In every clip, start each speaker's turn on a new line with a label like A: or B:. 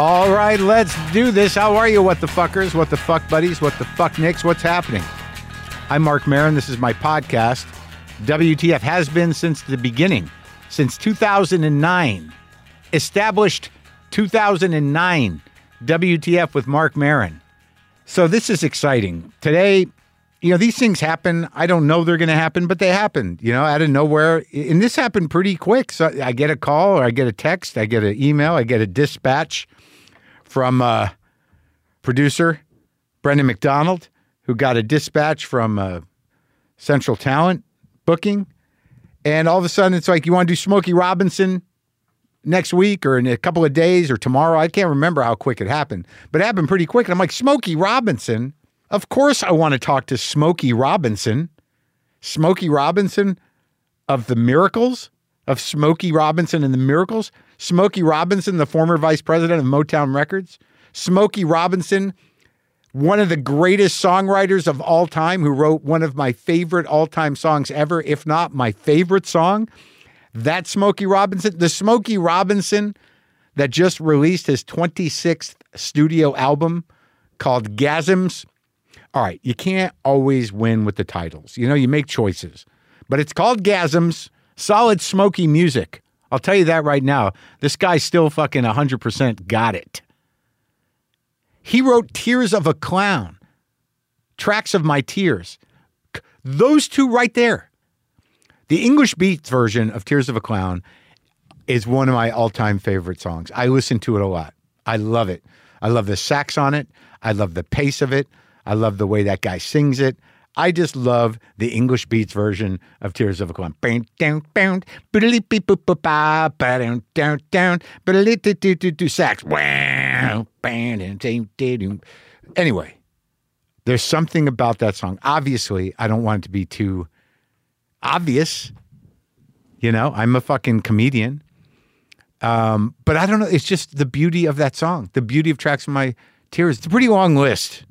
A: All right, let's do this. How are you, what the fuckers? What the fuck buddies? What the fuck nicks? What's happening? I'm Mark Marin. This is my podcast. WTF has been since the beginning, since 2009. Established 2009. WTF with Mark Marin. So this is exciting. Today, you know, these things happen. I don't know they're going to happen, but they happened, you know, out of nowhere. And this happened pretty quick. So I get a call or I get a text, I get an email, I get a dispatch from uh, producer Brendan McDonald, who got a dispatch from uh, Central Talent booking. And all of a sudden, it's like, you want to do Smokey Robinson next week or in a couple of days or tomorrow. I can't remember how quick it happened, but it happened pretty quick. And I'm like, Smokey Robinson? Of course, I want to talk to Smokey Robinson. Smokey Robinson of the Miracles? Of Smokey Robinson and the Miracles? Smokey Robinson, the former vice president of Motown Records? Smokey Robinson, one of the greatest songwriters of all time, who wrote one of my favorite all time songs ever, if not my favorite song. That Smokey Robinson, the Smokey Robinson that just released his 26th studio album called Gasms. All right, you can't always win with the titles. You know, you make choices, but it's called Gasms, solid Smokey music. I'll tell you that right now. This guy still fucking 100% got it. He wrote Tears of a Clown, Tracks of My Tears. C- Those two right there. The English Beats version of Tears of a Clown is one of my all time favorite songs. I listen to it a lot. I love it. I love the sax on it. I love the pace of it. I love the way that guy sings it. I just love the English Beats version of Tears of a Clown. Bang, down, bound, boodly, beep, boop, boop, ba, ba, down, down, down, boodly, do, do, do, do, sax. Wow, bang, dun, dun, dun, dun. Anyway, there's something about that song. Obviously, I don't want it to be too obvious. You know, I'm a fucking comedian. Um, but I don't know. It's just the beauty of that song, the beauty of Tracks of My Tears. It's a pretty long list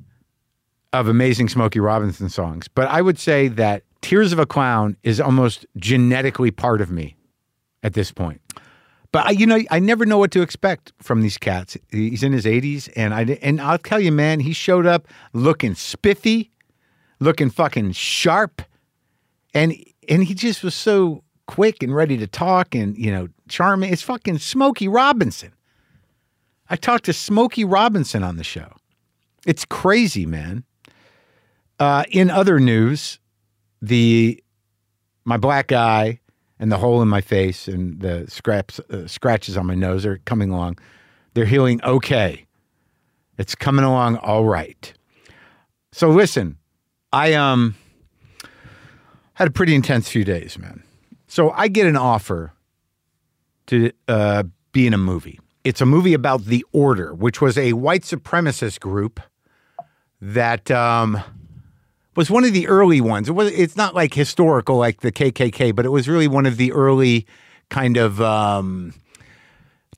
A: of amazing Smokey Robinson songs. But I would say that Tears of a Clown is almost genetically part of me at this point. But I, you know, I never know what to expect from these cats. He's in his 80s, and I and I'll tell you, man, he showed up looking spiffy, looking fucking sharp and and he just was so quick and ready to talk and you know charming it's fucking smokey robinson i talked to smokey robinson on the show it's crazy man uh, in other news the my black eye and the hole in my face and the scraps uh, scratches on my nose are coming along they're healing okay it's coming along all right so listen i um had a pretty intense few days, man. So I get an offer to uh, be in a movie. It's a movie about The Order, which was a white supremacist group that um, was one of the early ones. It was, it's not like historical like the KKK, but it was really one of the early kind of um,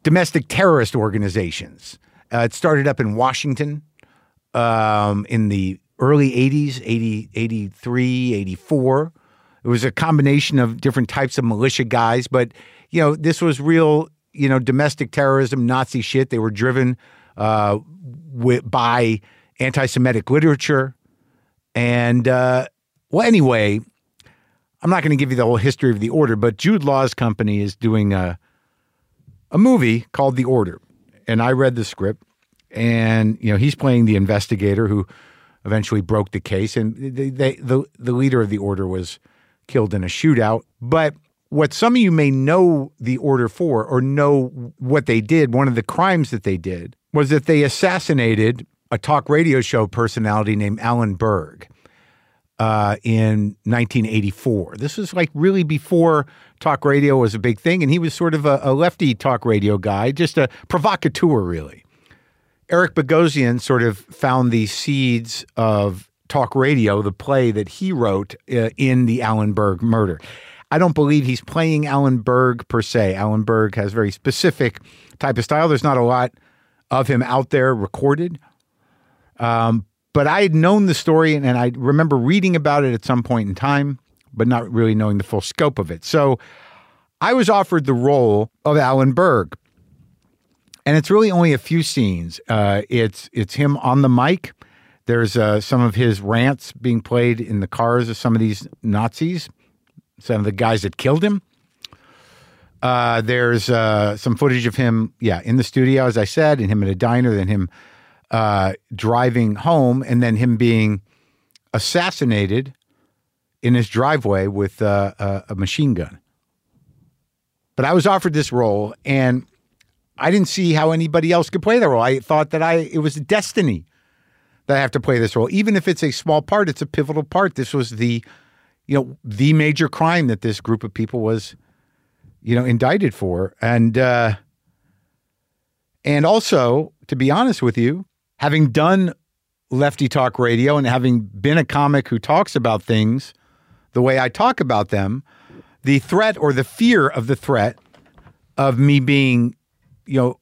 A: domestic terrorist organizations. Uh, it started up in Washington um, in the early 80s, 80, 83, 84. It was a combination of different types of militia guys, but you know, this was real, you know, domestic terrorism, Nazi shit. They were driven uh, wi- by anti-Semitic literature, and uh, well, anyway, I'm not going to give you the whole history of the order, but Jude Law's company is doing a a movie called The Order, and I read the script, and you know he's playing the investigator who eventually broke the case, and they, they, the the leader of the order was killed in a shootout. But what some of you may know the order for, or know what they did, one of the crimes that they did was that they assassinated a talk radio show personality named Alan Berg uh, in 1984. This was like really before talk radio was a big thing, and he was sort of a, a lefty talk radio guy, just a provocateur, really. Eric Bogosian sort of found the seeds of talk radio, the play that he wrote uh, in the Allen Berg murder. I don't believe he's playing Allen Berg per se. Allen Berg has very specific type of style. There's not a lot of him out there recorded, but I had known the story and, and I remember reading about it at some point in time, but not really knowing the full scope of it. So I was offered the role of Alan Berg. and it's really only a few scenes. Uh, it's it's him on the mic. There's uh, some of his rants being played in the cars of some of these Nazis, some of the guys that killed him. Uh, there's uh, some footage of him, yeah, in the studio, as I said, and him at a diner, then him uh, driving home, and then him being assassinated in his driveway with uh, a, a machine gun. But I was offered this role, and I didn't see how anybody else could play the role. I thought that I it was destiny that I have to play this role, even if it's a small part. It's a pivotal part. This was the, you know, the major crime that this group of people was, you know, indicted for, and uh, and also to be honest with you, having done Lefty Talk Radio and having been a comic who talks about things the way I talk about them, the threat or the fear of the threat of me being you know,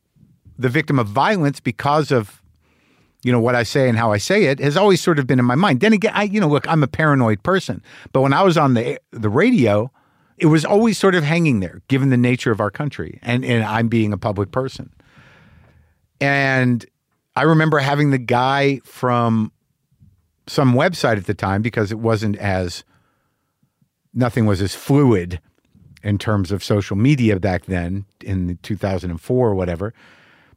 A: the victim of violence because of, you know, what I say and how I say it has always sort of been in my mind. Then again, I, you know, look, I'm a paranoid person, but when I was on the the radio, it was always sort of hanging there, given the nature of our country, and and I'm being a public person. And I remember having the guy from some website at the time because it wasn't as nothing was as fluid in terms of social media back then in 2004 or whatever.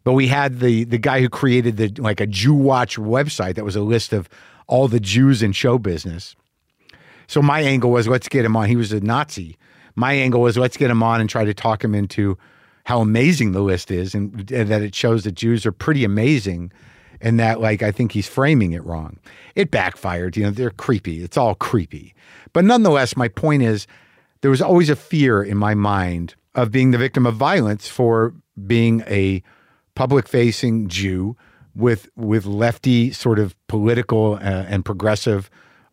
A: But we had the the guy who created the like a Jew Watch website that was a list of all the Jews in show business. So my angle was let's get him on. He was a Nazi. My angle was let's get him on and try to talk him into how amazing the list is and, and that it shows that Jews are pretty amazing and that like I think he's framing it wrong. It backfired. You know, they're creepy. It's all creepy. But nonetheless, my point is there was always a fear in my mind of being the victim of violence for being a public facing Jew with with lefty sort of political uh, and progressive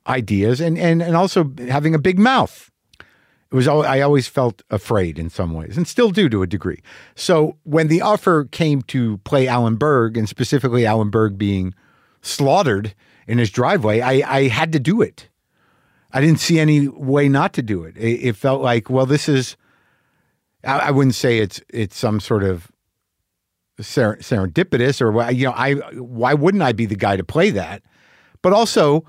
A: ideas and and and also having a big mouth. It was all, I always felt afraid in some ways and still do to a degree. So when the offer came to play Alan Berg and specifically Alan Berg being slaughtered in his driveway, I, I had to do it. I didn't see any way not to do it. It, it felt like, well, this is. I, I wouldn't say it's it's some sort of ser- serendipitous or wha- you know I why wouldn't I be the guy to play that? But also,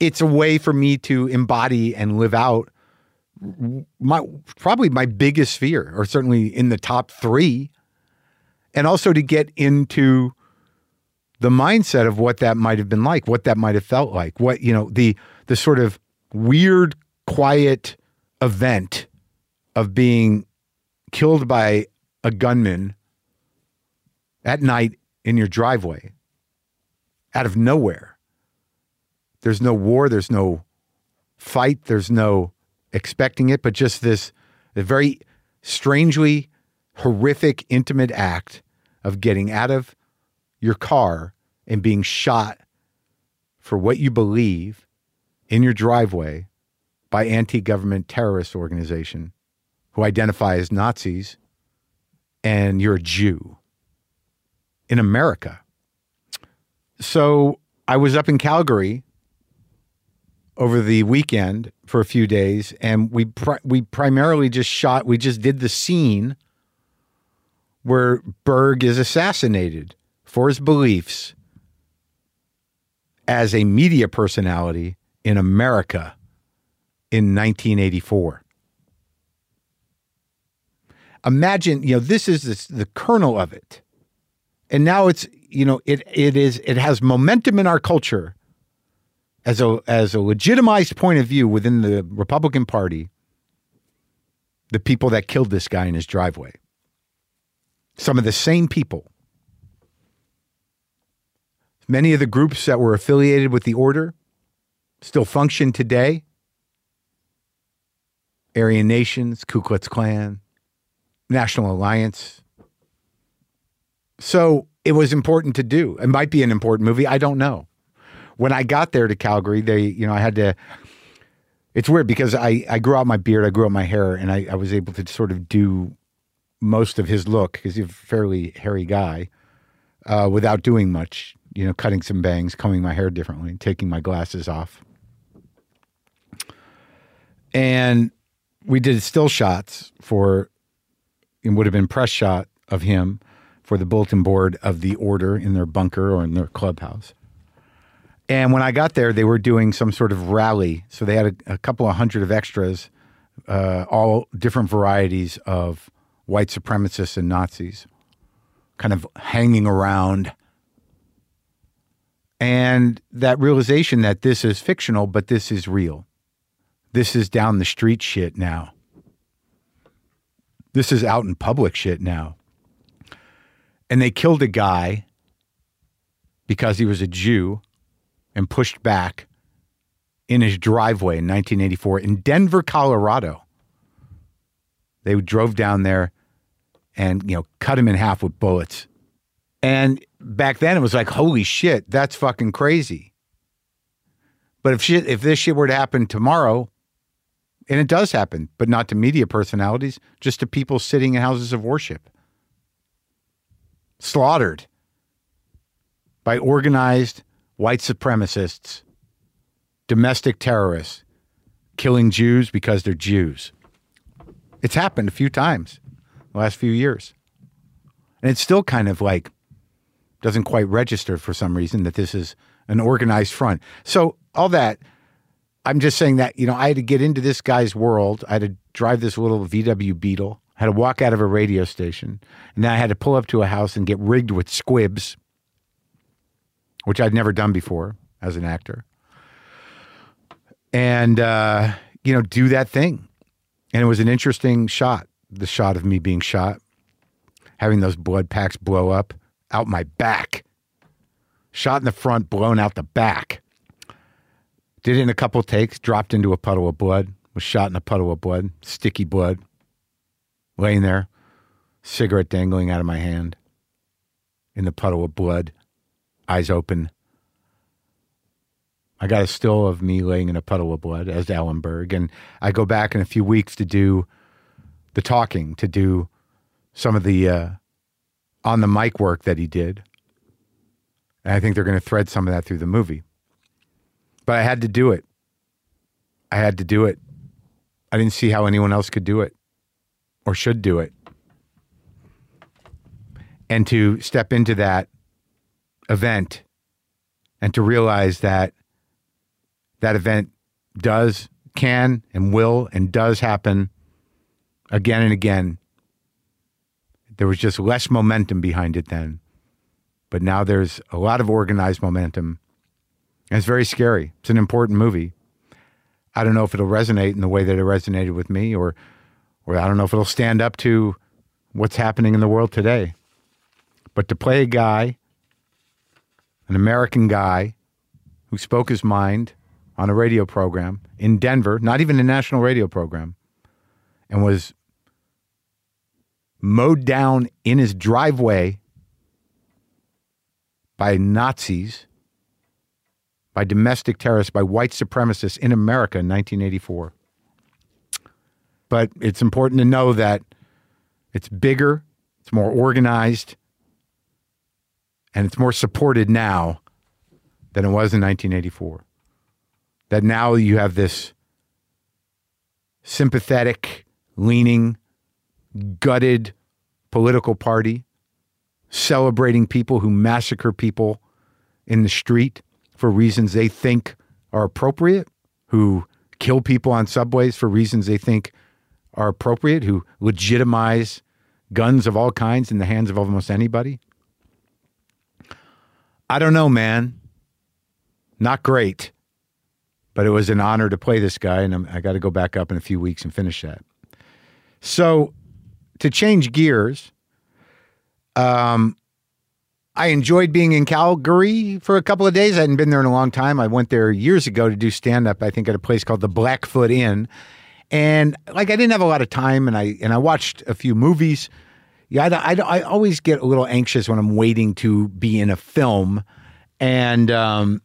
A: it's a way for me to embody and live out my probably my biggest fear, or certainly in the top three, and also to get into the mindset of what that might have been like, what that might have felt like, what you know the the sort of weird, quiet event of being killed by a gunman at night in your driveway, out of nowhere. There's no war. There's no fight. There's no expecting it, but just this the very strangely horrific, intimate act of getting out of your car and being shot for what you believe in your driveway by anti government terrorist organization who identify as Nazis, and you're a Jew in America. So I was up in Calgary over the weekend for a few days, and we pri- we primarily just shot. We just did the scene where Berg is assassinated for his beliefs as a media personality in America in 1984. Imagine, you know, this is this, the kernel of it, and now it's you know it it is it has momentum in our culture as a as a legitimized point of view within the Republican Party, the people that killed this guy in his driveway. Some of the same people. Many of the groups that were affiliated with the order still function today. Aryan Nations, Ku Klux Klan, National Alliance. So it was important to do. It might be an important movie. I don't know when I got there to Calgary, they, you know, I had to. It's weird because I I grew out my beard, I grew out my hair, and I, I was able to sort of do most of his look because he's a fairly hairy guy, uh, without doing much. You know, cutting some bangs, combing my hair differently, taking my glasses off, and we did still shots for it would have been press shot of him for the bulletin board of the order in their bunker or in their clubhouse. And when I got there, they were doing some sort of rally. So they had a, a couple of hundred of extras, uh, all different varieties of white supremacists and Nazis, kind of hanging around. And that realization that this is fictional, but this is real. This is down the street shit now. This is out in public shit now. And they killed a guy because he was a Jew and pushed back in his driveway in 1984 in Denver, Colorado. They drove down there and, you know, cut him in half with bullets. And back then it was like, holy shit, that's fucking crazy. But if shit, if this shit were to happen tomorrow, and it does happen, but not to media personalities, just to people sitting in houses of worship, slaughtered by organized white supremacists, domestic terrorists, killing Jews because they're Jews. It's happened a few times the last few years. And it's still kind of like doesn't quite register for some reason that this is an organized front. So all that I'm just saying that, you know, I had to get into this guy's world. I had to drive this little VW Beetle. I had to walk out of a radio station. And then I had to pull up to a house and get rigged with squibs which I'd never done before as an actor, and uh, you know, do that thing. And it was an interesting shot, the shot of me being shot, having those blood packs blow up out my back, shot in the front, blown out the back. Did it in a couple takes, dropped into a puddle of blood, was shot in a puddle of blood, sticky blood, laying there, cigarette dangling out of my hand in the puddle of blood eyes open. I got a still of me laying in a puddle of blood as Ellenberg, and I go back in a few weeks to do the talking, to do some of the uh, on the mic work that he did. And I think they're going to thread some of that through the movie. But I had to do it. I had to do it. I didn't see how anyone else could do it or should do it. And to step into that event and to realize that that event does, can, and will, and does happen again and again. There was just less momentum behind it then. But now there's a lot of organized momentum. And it's very scary. It's an important movie. I don't know if it'll resonate in the way that it resonated with me, or, or I don't know if it'll stand up to what's happening in the world today. But to play a guy an American guy who spoke his mind on a radio program in Denver, not even a national radio program, and was mowed down in his driveway by Nazis, by domestic terrorists, by white supremacists in America in 1984. But it's important to know that it's bigger, it's more organized, and it's more supported now than it was in 1984. That now you have this sympathetic, leaning, gutted political party celebrating people who massacre people in the street for reasons they think are appropriate, who kill people on subways for reasons they think are appropriate, who legitimize guns of all kinds in the hands of almost anybody. I don't know, man. Not great, but it was an honor to play this guy, and I'm, i got to go back up in a few weeks and finish that. So, to change gears, um, I enjoyed being in Calgary for a couple of days. I hadn't been there in a long time. I went there years ago to do stand up. I think at a place called the Blackfoot Inn, and like I didn't have a lot of time, and I and I watched a few movies. Yeah, I, I, I, always get a little anxious when I'm waiting to be in a film, and um,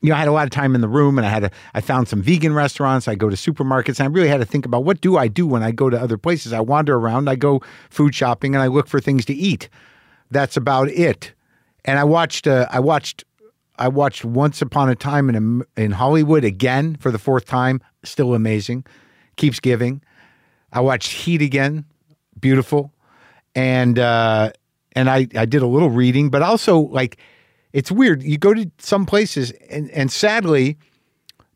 A: you know, I had a lot of time in the room, and I had a, I found some vegan restaurants. I go to supermarkets, and I really had to think about what do I do when I go to other places. I wander around, I go food shopping, and I look for things to eat. That's about it. And I watched, uh, I watched, I watched Once Upon a Time in in Hollywood again for the fourth time. Still amazing, keeps giving. I watched Heat again. Beautiful, and uh, and I, I did a little reading, but also like it's weird. You go to some places and, and sadly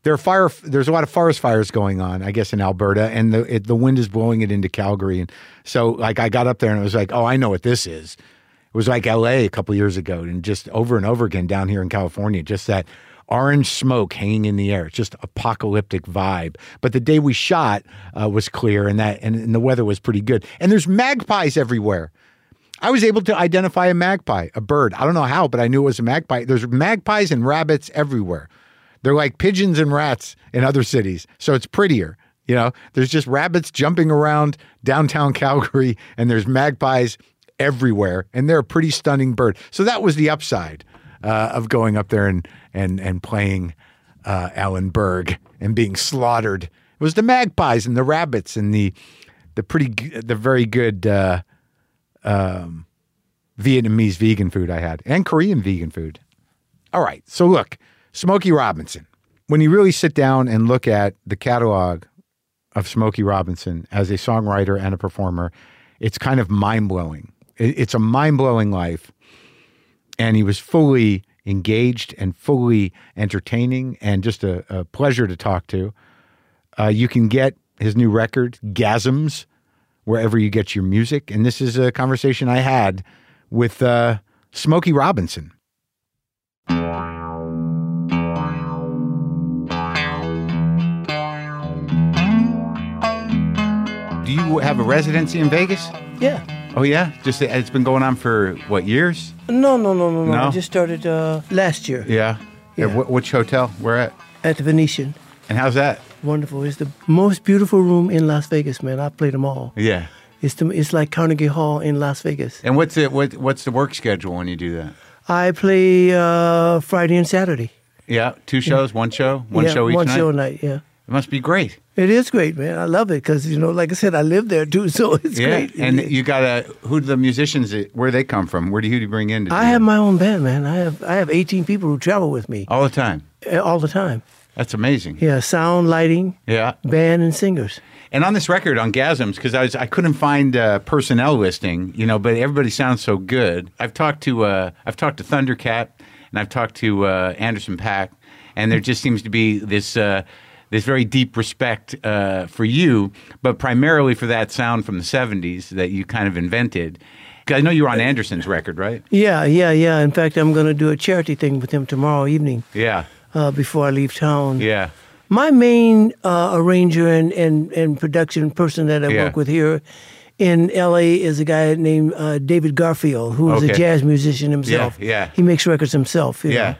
A: there are fire there's a lot of forest fires going on, I guess in Alberta and the it, the wind is blowing it into Calgary and so like I got up there and it was like, "Oh, I know what this is." It was like LA a couple years ago and just over and over again down here in California, just that orange smoke hanging in the air. It's just apocalyptic vibe. But the day we shot uh, was clear and that and, and the weather was pretty good. And there's magpies everywhere. I was able to identify a magpie, a bird. I don't know how, but I knew it was a magpie. There's magpies and rabbits everywhere. They're like pigeons and rats in other cities. So it's prettier. You know, there's just rabbits jumping around downtown Calgary and there's magpies everywhere. And they're a pretty stunning bird. So that was the upside uh, of going up there and and and playing uh, Alan Berg and being slaughtered. It was the magpies and the rabbits and the the pretty g- the very good uh, um, Vietnamese vegan food I had and Korean vegan food. All right, so look, Smokey Robinson. When you really sit down and look at the catalog of Smokey Robinson as a songwriter and a performer, it's kind of mind blowing. It's a mind blowing life and he was fully engaged and fully entertaining and just a, a pleasure to talk to. Uh, you can get his new record, Gasms, wherever you get your music. And this is a conversation I had with uh, Smokey Robinson. Do you have a residency in Vegas?
B: Yeah.
A: Oh, yeah. Just it's been going on for what years?
B: No, no, no, no, no.
A: No?
B: I just started uh, last year
A: Yeah.
B: Yeah.
A: wh- which hotel? Where at?
B: at the Venetian.
A: And how's that?
B: Wonderful. It's the most beautiful room in Las Vegas, man. I played them all.
A: Yeah.
B: It's the, it's like Carnegie Hall in Las Vegas.
A: And what's it? What, what's the work schedule when you do that?
B: I play uh, Friday and Saturday.
A: Yeah, two shows, one show, one
B: yeah,
A: show each
B: one
A: night.
B: show a night. Yeah.
A: It must be great.
B: It is great, man. I love it because you know, like I said, I live there too, so it's
A: yeah,
B: great.
A: and
B: It-
A: you got to who do the musicians? Where they come from? Where do you, who do you bring in? To
B: I
A: do
B: have
A: that?
B: my own band, man. I have I have 18 people who travel with me
A: all the time.
B: uh, all the time.
A: That's amazing.
B: Yeah, sound, lighting,
A: Yeah.
B: band, and singers.
A: And on this record on Gasms, because I was I couldn't find uh, personnel listing, you know, but everybody sounds so good. I've talked to uh, I've talked to Thundercat and I've talked to uh, Anderson Pack, and there just seems to be this uh, this very deep respect uh, for you, but primarily for that sound from the '70s that you kind of invented. 'Cause I know you were on Anderson's record, right?
B: Yeah, yeah, yeah. In fact, I'm going to do a charity thing with him tomorrow evening
A: Yeah,
B: uh, before I leave town.
A: yeah,
B: My main uh, arranger and, and, and production person that I
A: Yeah.
B: work with here in LA is a guy named uh, David Garfield, who is
A: Okay.
B: a jazz musician himself.
A: yeah.
B: He makes records himself. you know.
A: Yeah.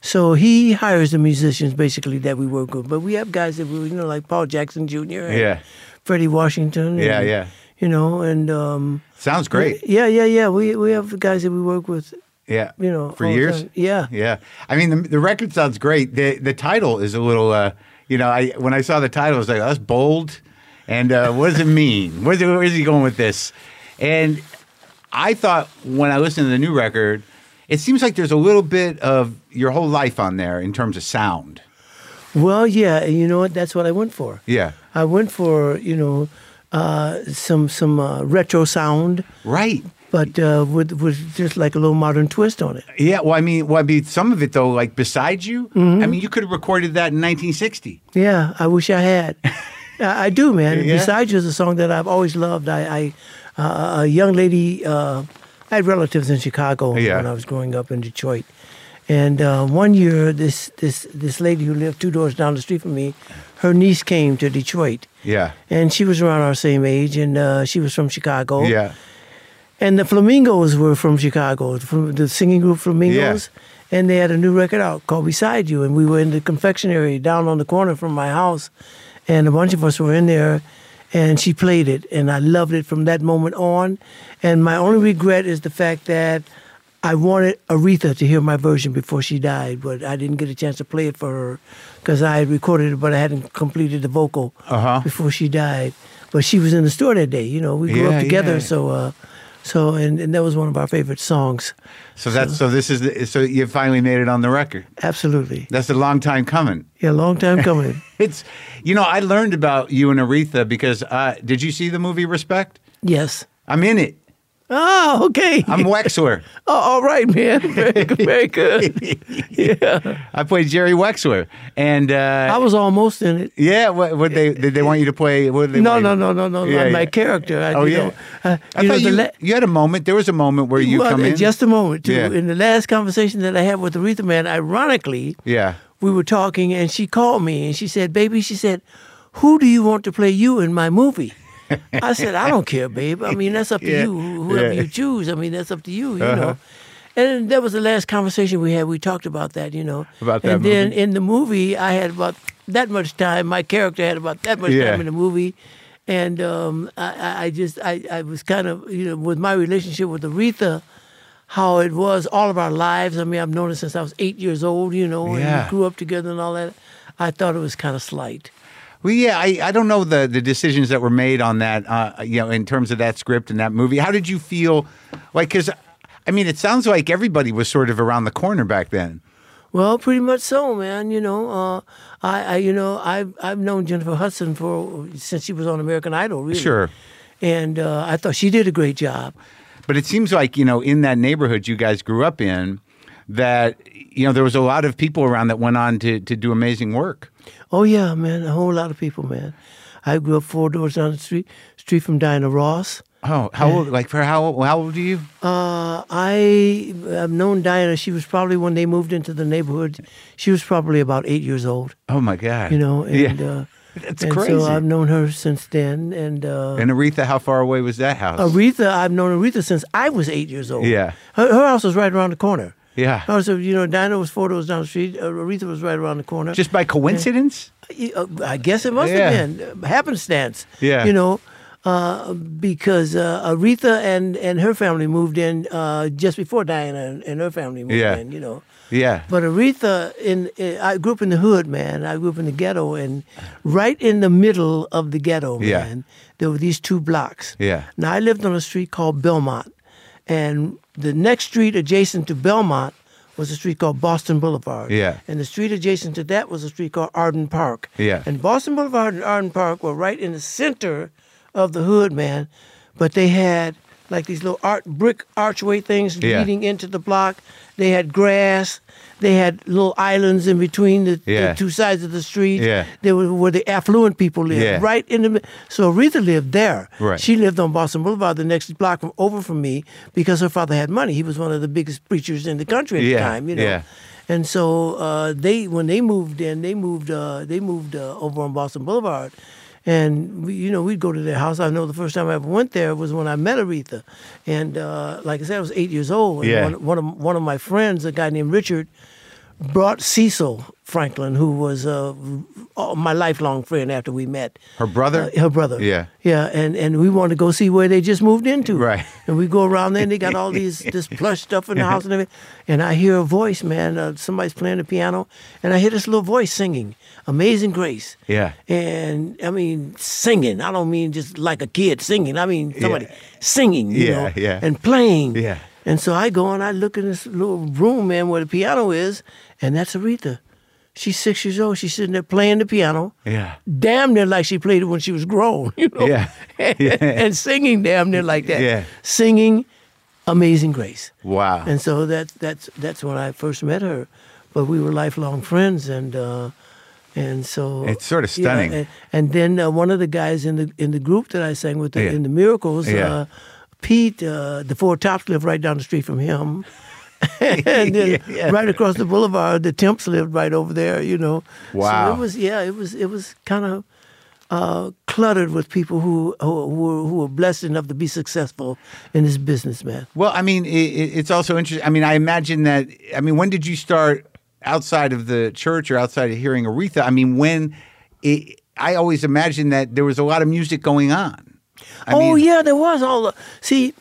B: So he hires the musicians basically that we work with. But we have guys that we, you know, like Paul Jackson Jr. and
A: Yeah.
B: Freddie Washington.
A: Yeah,
B: and,
A: yeah.
B: You know, and. Um,
A: sounds great.
B: Yeah, yeah, yeah. We, we have guys that we work with,
A: Yeah,
B: you know.
A: for
B: all the
A: years.
B: time. Yeah.
A: Yeah, I mean the, the record sounds great. the The title is a little, uh, you know, I when I saw the title, I was like, "Oh, "That's bold," and uh, what does it mean? Where's, where's he going with this? And I thought when I listened to the new record, it seems like there's a little bit of your whole life on there in terms of sound.
B: Well, yeah, and you know what? That's what I went for.
A: Yeah,
B: I went for you know uh, some some uh, retro sound,
A: right.
B: but uh, with with just like a little modern twist on it.
A: Yeah, well, I mean, well, I mean, some of it though, like "Beside You,"
B: Mm-hmm.
A: I mean, you could have recorded that in 1960.
B: Yeah, I wish I had. I, I do, man.
A: Yeah.
B: Besides, is a song that I've always loved. I, I uh, a young lady. Uh, I had relatives in Chicago
A: Yeah.
B: when I was growing up in Detroit, and uh, one year this this this lady who lived two doors down the street from me, her niece came to Detroit,
A: Yeah,
B: and she was around our same age, and uh, she was from Chicago.
A: yeah,
B: And the Flamingos were from Chicago, from the singing group Flamingos. And they had a new record out called Beside You. And we were in the confectionery down on the corner from my house. And a bunch of us were in there. And she played it. And I loved it from that moment on. And my only regret is the fact that I wanted Aretha to hear my version before she died, but I didn't get a chance to play it for her because I had recorded it, but I hadn't completed the vocal
A: Uh-huh.
B: before she died. But she was in the store that day. You know, we grew
A: Yeah,
B: up together,
A: yeah.
B: so so, uh, so and, and that was one of our favorite songs.
A: So that's so. This is the, so you finally made it on the record.
B: Absolutely,
A: That's a long time coming.
B: yeah, long time coming.
A: It's you know I learned about you and Aretha because uh, did you see the movie Respect?
B: yes,
A: I'm in it.
B: Oh, okay.
A: I'm Wexler.
B: oh, all right, man. Very, good- very good. Yeah.
A: I played Jerry Wexler, and uh,
B: I was almost in it.
A: yeah, what, what they did they want you to play? What did they
B: No,
A: want you
B: no,
A: to-
B: no, no, no.
A: Yeah,
B: not my
A: yeah.
B: character. I,
A: Oh
B: you
A: yeah,
B: know,
A: I
B: uh, you know,
A: thought
B: the
A: you,
B: la-
A: you had a moment. There was a moment where you
B: well,
A: come in.
B: Just a moment, too.
A: Yeah.
B: In the last conversation that I had with Aretha, man, ironically,
A: yeah,
B: we were talking and she called me and she said, Baby, she said, who do you want to play you in my movie? I said, I don't care, babe. I mean, that's up to
A: Yeah.
B: you, whoever
A: Yeah.
B: you choose. I mean, that's up to you, you
A: Uh-huh.
B: know. And that was the last conversation we had. We talked about that, you know.
A: About that
B: and then
A: movie.
B: in the movie, I had about that much time. My character had about that much
A: Yeah.
B: time in the movie. And um, I- I, I just, I, I was kind of, you know, with my relationship with Aretha, how it was all of our lives. I mean, I've known her since I was eight years old, you know, and
A: Yeah.
B: we grew up together and all that. I thought it was kind of slight.
A: well, yeah. I, I don't know the the decisions that were made on that. Uh, you know, in terms of that script and that movie, how did you feel? Like, because I mean, it sounds like everybody was sort of around the corner back then.
B: Well, pretty much so, man. You know, uh, I, I, you know, I've I've known Jennifer Hudson for since she was on American Idol, really.
A: Sure.
B: And uh, I thought she did a great job.
A: But it seems like, you know, in that neighborhood you guys grew up in, that, you know, there was a lot of people around that went on to, to do amazing work.
B: Oh yeah, man, a whole lot of people, man. I grew up four doors down the street, street from Dinah Ross.
A: Oh, how old, like for how, how old are you?
B: Uh, I have known Dinah. She was probably when they moved into the neighborhood. She was probably about eight years old.
A: Oh my God.
B: You know, and
A: yeah.
B: uh,
A: That's
B: and
A: crazy.
B: So I've known her since then, and. Uh,
A: and Aretha, how far away was that house?
B: Aretha, I've known Aretha since I was eight years old.
A: Yeah.
B: Her, her house was right around the corner.
A: Yeah.
B: Her house, you know, Dinah was four doors down the street. uh, Aretha was right around the corner.
A: Just by coincidence?
B: Uh, I guess it must
A: Yeah.
B: have been uh, happenstance.
A: Yeah.
B: You know, uh, because uh, Aretha and, and her family moved in uh, just before Diana and, and her family moved
A: Yeah.
B: in, you know.
A: Yeah.
B: But Aretha, in, in I grew up in the hood, man. I grew up in the ghetto, and right in the middle of the ghetto,
A: Yeah.
B: man, there were these two blocks.
A: Yeah.
B: Now I lived on a street called Belmont, and the next street adjacent to Belmont was a street called Boston Boulevard.
A: Yeah.
B: And the street adjacent to that was a street called Arden Park.
A: Yeah.
B: And Boston Boulevard and Arden Park were right in the center of the hood, man. But they had like these little art brick archway things
A: Yeah.
B: leading into the block. They had grass. They had little islands in between the, the
A: Yeah.
B: two sides of the street.
A: Yeah.
B: They were where the affluent people lived,
A: Yeah.
B: right in the. mi- So Aretha lived there.
A: Right.
B: She lived on Boston Boulevard, the next block from, over from me, because her father had money. He was one of the biggest preachers in the country at
A: Yeah,
B: the time. You know.
A: yeah.
B: And so uh, they, when they moved in, they moved, uh, they moved uh, over on Boston Boulevard, and we, you know we'd go to their house. I know the first time I ever went there was when I met Aretha, and uh, like I said, I was eight years old. And
A: Yeah.
B: one, one of one of my friends, a guy named Richard, brought Cecil Franklin, who was uh, all- my lifelong friend after we met.
A: Her brother?
B: Uh, her brother.
A: Yeah.
B: Yeah, and, and we wanted to go see where they just moved into.
A: Right.
B: And we go around there and they got all these this plush stuff in the house and everything. And I hear a voice, man. Uh, somebody's playing the piano, and I hear this little voice singing, "Amazing Grace."
A: Yeah.
B: And I mean, singing. I don't mean just like a kid singing. I mean somebody
A: Yeah.
B: singing. You
A: Yeah,
B: know,
A: yeah.
B: And playing.
A: Yeah.
B: And so I go and I look in this little room, man, where the piano is, and that's Aretha. She's six years old. She's sitting there playing the piano.
A: Yeah.
B: Damn near like she played it when she was grown, you know?
A: Yeah.
B: and singing damn near like that.
A: Yeah.
B: Singing Amazing Grace.
A: Wow.
B: And so that, that's, that's when I first met her. But we were lifelong friends, and uh, and so
A: It's sort of
B: you know,
A: stunning.
B: and, and then uh, one of the guys in the in the group that I sang with the,
A: Yeah.
B: in the Miracles,
A: Yeah.
B: uh, Pete, uh, the Four Tops lived right down the street from him. and then right across the boulevard, the Temps lived right over there. You know,
A: Wow.
B: So it was yeah, it was it was kind of uh, cluttered with people who who who were, who were blessed enough to be successful in this business, man.
A: Well, I mean, it, it's also interesting. I mean, I imagine that. I mean, when did you start outside of the church or outside of hearing Aretha? I mean, when it, I always imagined that there was a lot of music going on. I
B: oh
A: mean,
B: yeah, there was all. The, see,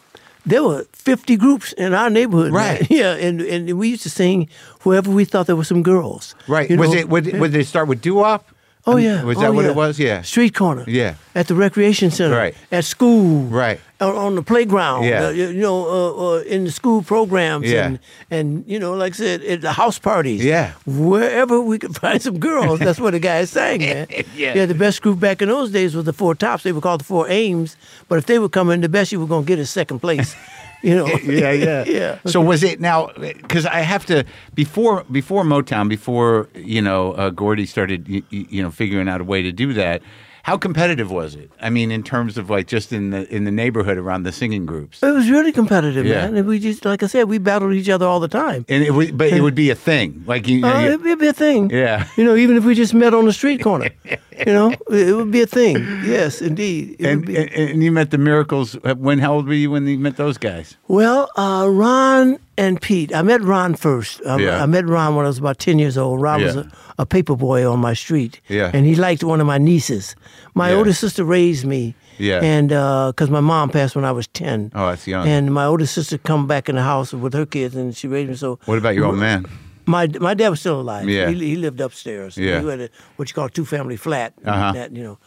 B: there were fifty groups in our neighborhood, man.
A: Right.
B: Yeah, and and we used to sing wherever we thought there were some girls.
A: Right.
B: You
A: was
B: know?
A: it? Would, would they start with doo-wop? I
B: Oh
A: mean,
B: yeah.
A: Was
B: Oh,
A: that what
B: yeah.
A: it was? Yeah.
B: Street corner.
A: Yeah.
B: At the recreation center.
A: Right.
B: At school.
A: Right.
B: On, on the playground.
A: Yeah.
B: uh, you you know, uh, uh, in the school programs.
A: Yeah.
B: And, and you know, like I said, at the house parties.
A: Yeah.
B: Wherever we could find some girls, that's what the guys sang, man.
A: Yeah.
B: The best group back in those days was the Four Tops. They were called the Four Aims. But if they were coming, the best you were gonna get is second place. you know.
A: yeah, yeah,
B: Yeah.
A: So was it now? Because I have to before before Motown, before you know, uh, Gordy started you, you know figuring out a way to do that. How competitive was it? I mean, in terms of like just in the in the neighborhood around the singing groups,
B: It was really competitive,
A: Yeah.
B: man. And we just, like I said, we battled each other all the time.
A: and it would, but it would be a thing. Like you, you know,
B: Uh,
A: you-
B: it'd, be- it'd be a thing.
A: Yeah.
B: You know, even if we just met on the street corner, you know, it, it would be a thing. Yes, indeed. It would
A: and,
B: be-
A: and and you met the miracles. When how old were you when you met those guys?
B: Well, uh, Ron and Pete. I met Ron first. Um,
A: Yeah.
B: I met Ron when I was about 10 years old. Ron was
A: Yeah.
B: a, a paper boy on my street.
A: Yeah.
B: And he liked one of my nieces. My
A: Yeah.
B: older sister raised me.
A: Yeah.
B: And because my mom passed when I was 10.
A: Oh, that's young.
B: And my older sister come back in the house with her kids and she raised me. So
A: What about your old man?
B: my my dad was still alive.
A: Yeah.
B: He, he lived upstairs.
A: Yeah.
B: He had a, what you call a two family flat.
A: Uh-huh.
B: That, you know.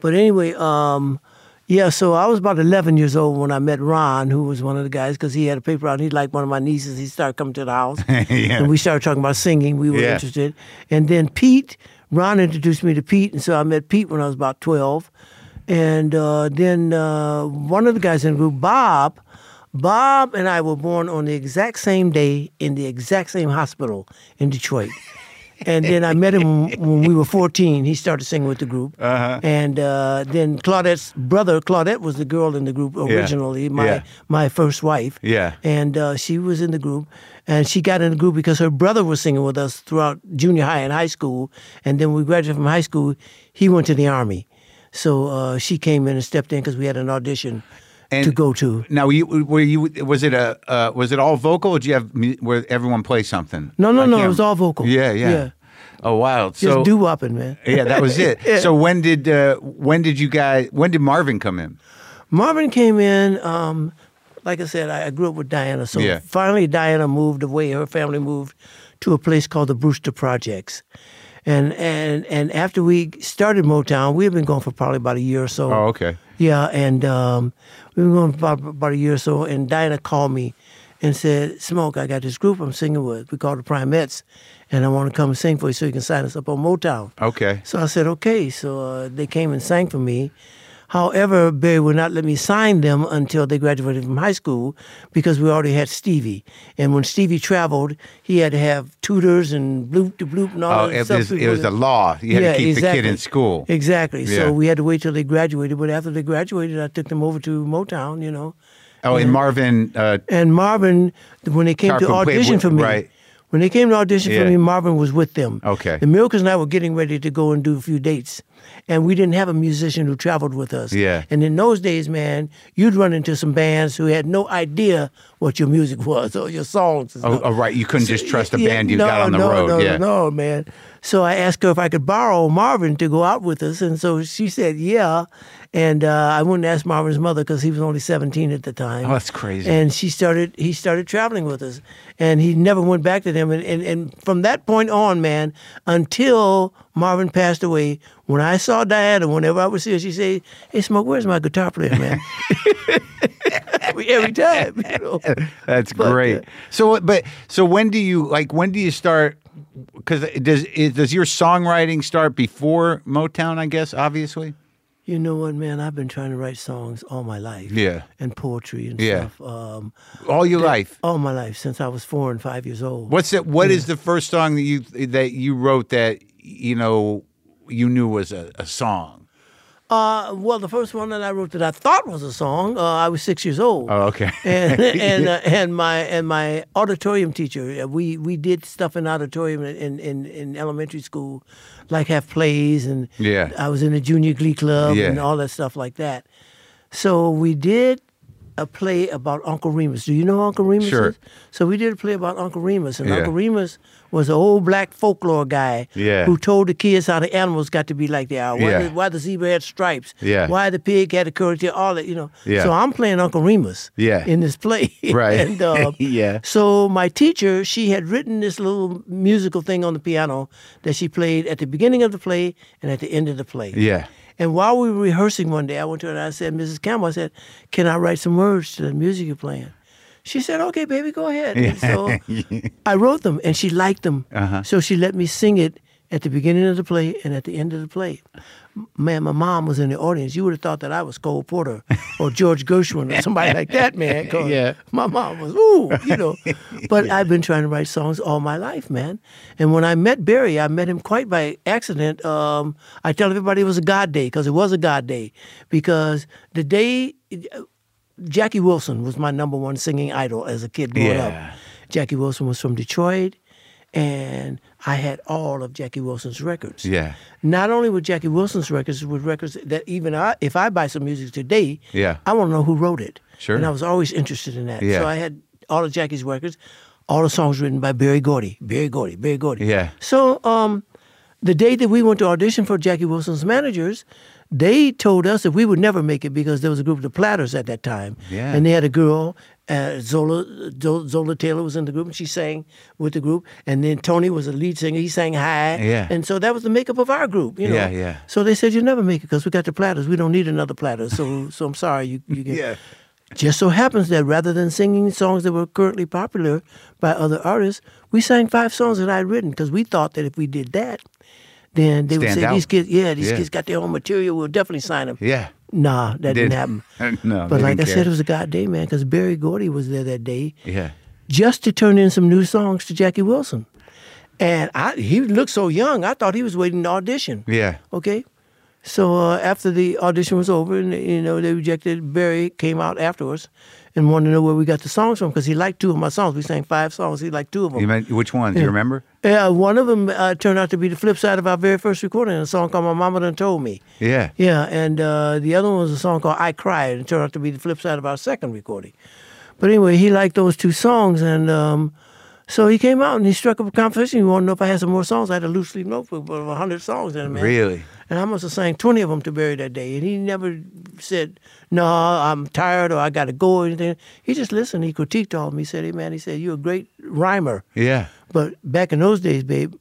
B: But anyway, um, yeah, so I was about 11 years old when I met Ron, who was one of the guys, because he had a paper out. He liked one of my nieces. He started coming to the house.
A: Yeah.
B: And we started talking about singing. We were
A: Yeah.
B: interested. And then Pete, Ron introduced me to Pete. And so I met Pete when I was about 12. And uh, then uh, one of the guys in the group, Bob, Bob and I were born on the exact same day in the exact same hospital in Detroit. And then I met him when we were 14. He started singing with the group.
A: Uh-huh.
B: And uh, then Claudette's brother, Claudette was the girl in the group originally, my,
A: Yeah.
B: my first wife.
A: Yeah.
B: And uh, she was in the group. And she got in the group because her brother was singing with us throughout junior high and high school. And then when we graduated from high school, he went to the Army. So uh, she came in and stepped in because we had an audition
A: And-
B: to go to.
A: Now, were you, were you was it a uh, was it all vocal? Or did you have mu- where everyone play something?
B: No, no,
A: I
B: no, it
A: can't-
B: was all vocal.
A: Yeah, yeah.
B: Yeah.
A: Oh wow!
B: Just
A: So
B: doo wopping, man.
A: yeah, that was it.
B: Yeah.
A: So when did uh, when did you guys when did Marvin come in?
B: Marvin came in. Um, like I said, I, I grew up with Diana, so
A: Yeah.
B: finally Diana moved away. Her family moved to a place called the Brewster Projects, and and and after we started Motown, we had been going for probably about a year or so.
A: Oh, okay.
B: Yeah, and um, we were going for about, about a year or so, and Diana called me and said, Smoke, I got this group I'm singing with. We call the Primettes, and I want to come and sing for you so you can sign us up on Motown.
A: Okay.
B: So I said, okay. So uh, they came and sang for me. However, Barry would not let me sign them until they graduated from high school because we already had Stevie. And when Stevie traveled, he had to have tutors and bloop de bloop and all
A: Oh,
B: that
A: it
B: stuff.
A: was it was the law. You had to keep the kid in school.
B: Exactly.
A: Yeah.
B: So we had to wait till they graduated. But after they graduated, I took them over to Motown, you know.
A: Oh, and Marvin. Uh,
B: And Marvin, when they came to
A: Tarpon played
B: audition
A: with-
B: for me,
A: right.
B: when they came to audition
A: Yeah.
B: for me, Marvin was with them.
A: Okay.
B: The Miracles and I were getting ready to go and do a few dates. And we didn't have a musician who traveled with us.
A: Yeah.
B: And in those days, man, you'd run into some bands who had no idea what your music was or your songs. and
A: oh,
B: stuff.
A: oh, right. You couldn't just trust a
B: Yeah,
A: band you
B: no,
A: got on the
B: no,
A: road.
B: No,
A: yeah.
B: no, man. So I asked her if I could borrow Marvin to go out with us, and so she said yeah. And uh, I wouldn't ask Marvin's mother because he was only seventeen at the time.
A: Oh, that's crazy.
B: And she started. He started traveling with us, and he never went back to them. And and, and from that point on, man, until Marvin passed away, when I saw Diana, whenever I would see her, she say, "Hey, Smoke, where's my guitar player, man?" Every time, you know.
A: That's
B: But, uh,
A: great. so, but so when do you like? When do you start? Because does is, does your songwriting start before Motown? I guess obviously.
B: You know what, man? I've been trying to write songs all my life.
A: Yeah.
B: And poetry and
A: Yeah.
B: stuff. Um,
A: All your life.
B: all my life since I was four and five years old.
A: What's that? What is the first song that you that you wrote that you know you knew was a, a song?
B: Uh, well, the first one that I wrote that I thought was a song, uh, I was six years old.
A: Oh, okay.
B: and and uh, and my and my auditorium teacher, uh, we we did stuff in auditorium in in, in elementary school, like have plays and
A: Yeah.
B: I was in the junior glee club
A: Yeah.
B: and all that stuff like that. So we did a play about Uncle Remus. Do you know who Uncle Remus?
A: Sure.
B: is? So we did a play about Uncle Remus, and
A: Yeah.
B: Uncle Remus was an old black folklore guy
A: Yeah.
B: who told the kids how the animals got to be like they are. Why,
A: Yeah.
B: the, why the zebra had stripes.
A: Yeah.
B: Why the pig had a curly tail. All that you know.
A: Yeah.
B: So I'm playing Uncle Remus.
A: Yeah.
B: In this play.
A: Right.
B: and uh,
A: Yeah.
B: So my teacher, she had written this little musical thing on the piano that she played at the beginning of the play and at the end of the play.
A: Yeah.
B: And while we were rehearsing one day, I went to her and I said, Mrs. Campbell, I said, can I write some words to the music you're playing? She said, okay,
A: Uh-huh.
B: baby, go ahead. And so I wrote them and she liked them. So she let me sing it at the beginning of the play and at the end of the play. Man, my mom was in the audience. You would have thought that I was Cole Porter or George Gershwin or somebody like that, man. 'cause
A: Yeah.
B: My mom was, ooh, you know. But I've been trying to write songs all my life, man. And when I met Barry, I met him quite by accident. Um, I tell everybody it was a God day because it was a God day. Because the day Jackie Wilson was my number one singing idol as a kid growing
A: Yeah.
B: up. Jackie Wilson was from Detroit, and I had all of Jackie Wilson's records.
A: Yeah.
B: Not only with Jackie Wilson's records, with records that even I, if I buy some music today,
A: Yeah.
B: I want to know who wrote it.
A: Sure.
B: And I was always interested in that.
A: Yeah.
B: So I had all of Jackie's records, all the songs written by Barry Gordy, Barry Gordy, Barry Gordy.
A: Yeah.
B: So um, the day that we went to audition for Jackie Wilson's managers, they told us that we would never make it because there was a group of the Platters at that time,
A: Yeah.
B: and they had a girl. Uh, Zola Zo- Zola Taylor was in the group, and she sang with the group. And then Tony was a lead singer; he sang high.
A: Yeah.
B: And so that was the makeup of our group. You know?
A: Yeah, yeah.
B: So they said you never make it because we got the Platters. We don't need another Platter. So so I'm sorry you you get.
A: Yeah.
B: Just so happens that rather than singing songs that were currently popular by other artists, we sang five songs that I'd written because we thought that if we did that, then they would
A: Stand
B: say
A: out.
B: these kids, yeah, these
A: Yeah.
B: kids got their own material. We'll definitely sign them.
A: Yeah.
B: Nah, that didn't
A: Did-
B: happen.
A: No,
B: but
A: they
B: like I
A: didn't
B: said,
A: care.
B: it was a god day, man, because Barry Gordy was there that day
A: Yeah.
B: just to turn in some new songs to Jackie Wilson. And I, he looked so young, I thought he was waiting to audition.
A: Yeah.
B: Okay. So uh, after the audition was over, and you know they rejected, Barry came out afterwards and wanted to know where we got the songs from because he liked two of my songs. We sang five songs. He liked two of them.
A: You meant which one? Do you remember?
B: yeah, one of them uh, turned out to be the flip side of our very first recording, a song called "My Mama Done Told Me."
A: Yeah.
B: Yeah, and uh, the other one was a song called "I Cried," and it turned out to be the flip side of our second recording. But anyway, he liked those two songs, and um, so he came out and he struck up a conversation. He wanted to know if I had some more songs. I had a loose leaf notebook of hundred songs in it, man.
A: Really?
B: And I must have sang twenty of them to Barry that day, and he never said no. I'm tired, or I got to go, or anything. He just listened. He critiqued all of them. He said, "Hey, man," he said, "You're a great rhymer."
A: Yeah.
B: But back in those days, babe,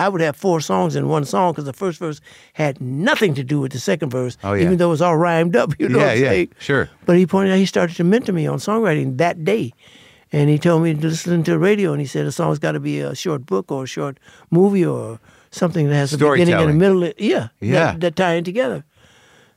B: I would have four songs in one song because the first verse had nothing to do with the second verse,
A: Oh, yeah.
B: even though it was all rhymed up. You know
A: Yeah,
B: what I'm
A: yeah,
B: saying?
A: sure.
B: But he pointed out he started to mentor me on songwriting that day. And he told me to listen to the radio, and he said a song's got to be a short book or a short movie or something that has a beginning and a
A: Storytelling.
B: middle. Yeah,
A: Yeah.
B: that, that tie in together.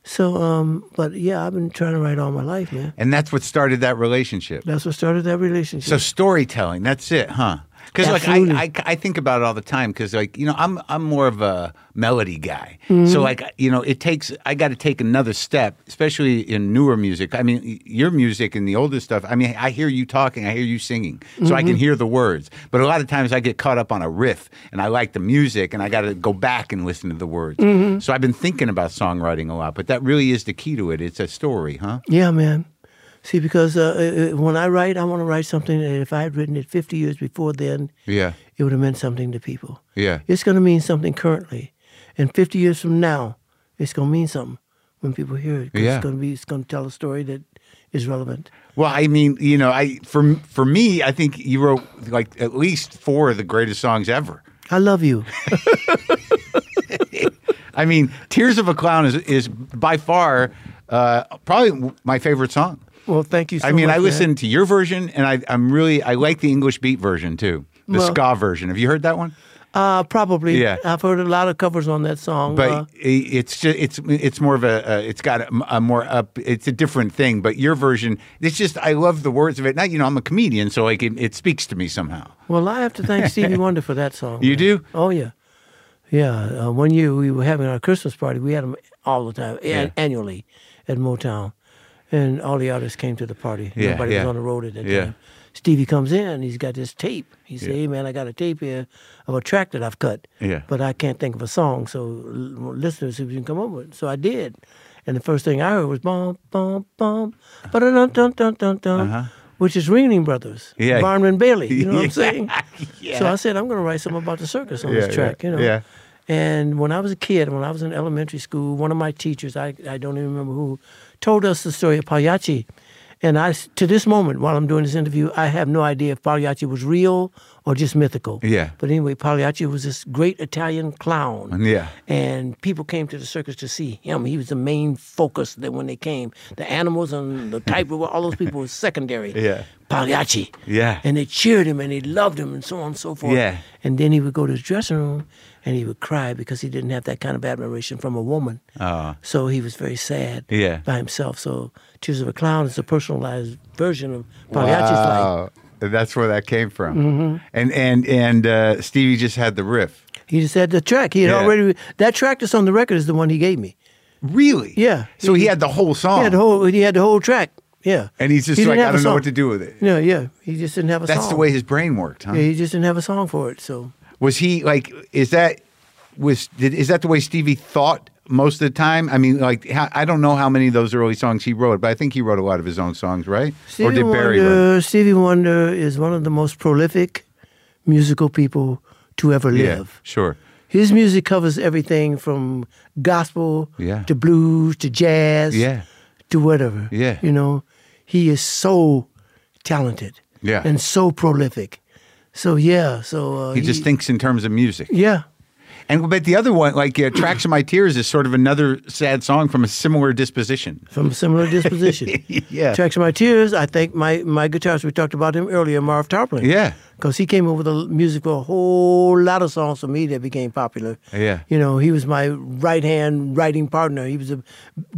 B: So, um, but yeah, I've been trying to write all my life, man.
A: And that's what started that relationship.
B: That's what started that relationship.
A: So storytelling, that's it, huh? Because like
B: Absolutely.
A: I, I, I think about it all the time. Because like you know, I'm I'm more of a melody guy. So like you know, it takes I got to take another step, especially in newer music. I mean, y- your music and the older stuff. I mean, I hear you talking, I hear you singing, so I can hear the words. But a lot of times I get caught up on a riff, and I like the music, and I got to go back and listen to the words. So I've been thinking about songwriting a lot, but that really is the key to it. It's a story, huh?
B: Yeah, man. See, because uh, uh, when I write, I want to write something that if I had written it 50 years before then,
A: Yeah,
B: it would have meant something to people.
A: yeah,
B: It's going to mean something currently. And 50 years from now, it's going to mean something when people hear it. 'cause
A: Yeah.
B: It's going to be, it's going to tell a story that is relevant.
A: Well, I mean, you know, I for for me, I think you wrote like at least four of the greatest songs ever.
B: I love you.
A: I mean, "Tears of a Clown" is is by far uh, probably my favorite song.
B: Well, thank you so
A: I mean,
B: much,
A: I
B: man.
A: listened to your version, and I, I'm really I like the English beat version too, the
B: Well-
A: ska version. Have you heard that one?
B: Uh, probably.
A: Yeah.
B: I've heard a lot of covers on that song.
A: But
B: uh,
A: i it's just it's it's more of a uh, it's got a, a more up it's a different thing. But your version, it's just I love the words of it. Now you know I'm a comedian, so like it, it speaks to me somehow.
B: Well, I have to thank Stevie Wonder for that song.
A: You
B: man.
A: do?
B: Oh yeah, yeah. Uh, one year we were having our Christmas party. We had them all the time, an-
A: Yeah.
B: annually, at Motown, and all the artists came to the party.
A: Yeah,
B: Nobody
A: yeah.
B: was on the road at that
A: Yeah.
B: time. Stevie comes in. He's got this tape. He said, "Hey man, I got a tape here of a track that I've cut.
A: Yeah.
B: But I can't think of a song. So l- listeners, if you can come up with." it." So I did, and the first thing I heard was bum bum bum, ba da dum dum dum dum dum. Which is Ringling Brothers,
A: Uh-huh. Yeah.
B: Barnum and Bailey. You know what I'm saying?
A: Yeah.
B: So I said, I'm going to write something about the circus on
A: Yeah,
B: this track,
A: yeah,
B: you know.
A: yeah.
B: And when I was a kid, when I was in elementary school, one of my teachers, I, I don't even remember who, told us the story of Pagliacci. And I, s- to this moment, while I'm doing this interview, I have no idea if Pagliacci was real or just mythical.
A: Yeah.
B: But anyway, Pagliacci was this great Italian clown.
A: Yeah.
B: And people came to the circus to see him. He was the main focus that when they came. The animals and the type of all those people was secondary.
A: Yeah.
B: Pagliacci.
A: Yeah.
B: And they cheered him and they loved him and so on and so forth.
A: Yeah.
B: And then he would go to his dressing room and he would cry because he didn't have that kind of admiration from a woman.
A: Uh,
B: So he was very sad
A: Yeah.
B: by himself. So Tears of a Clown is a personalized version of Pagliacci's life.
A: wow. That's where that came from.
B: Mm-hmm.
A: And and and uh, Stevie just had the riff.
B: He just had the track. He had
A: Yeah.
B: already that track that's on the record is the one he gave me.
A: Really?
B: Yeah.
A: So he had the whole song.
B: He had the whole he had the whole track. Yeah.
A: and he's just
B: He didn't
A: like, I
B: have a
A: don't know
B: song.
A: what to do with it.
B: No, yeah. He just didn't have a
A: That's
B: song.
A: the way his brain worked, huh?
B: Yeah, he just didn't have a song for it. So
A: Was he like? Is that was? Did, is that the way Stevie thought most of the time? I mean, like, how, I don't know how many of those early songs he wrote, but I think he wrote a lot of his own songs, right? or did Barry?
B: Wonder,
A: write?
B: Stevie Wonder is one of the most prolific musical people to ever
A: Yeah,
B: live.
A: sure.
B: His music covers everything from gospel
A: Yeah.
B: to blues to jazz
A: Yeah.
B: to whatever.
A: Yeah.
B: You know, he is so talented
A: Yeah.
B: and so prolific. So, yeah. So, uh,
A: He just thinks in terms of music.
B: Yeah.
A: And but the other one, like uh, "Tracks of My Tears," is sort of another sad song from a similar disposition.
B: From a similar disposition.
A: Yeah.
B: Tracks of My Tears, I think my, my guitarist, we talked about him earlier, Marv Tarplin.
A: Yeah.
B: because he came up with the music for a whole lot of songs for me that became popular.
A: Yeah.
B: You know, he was my right hand writing partner. He was the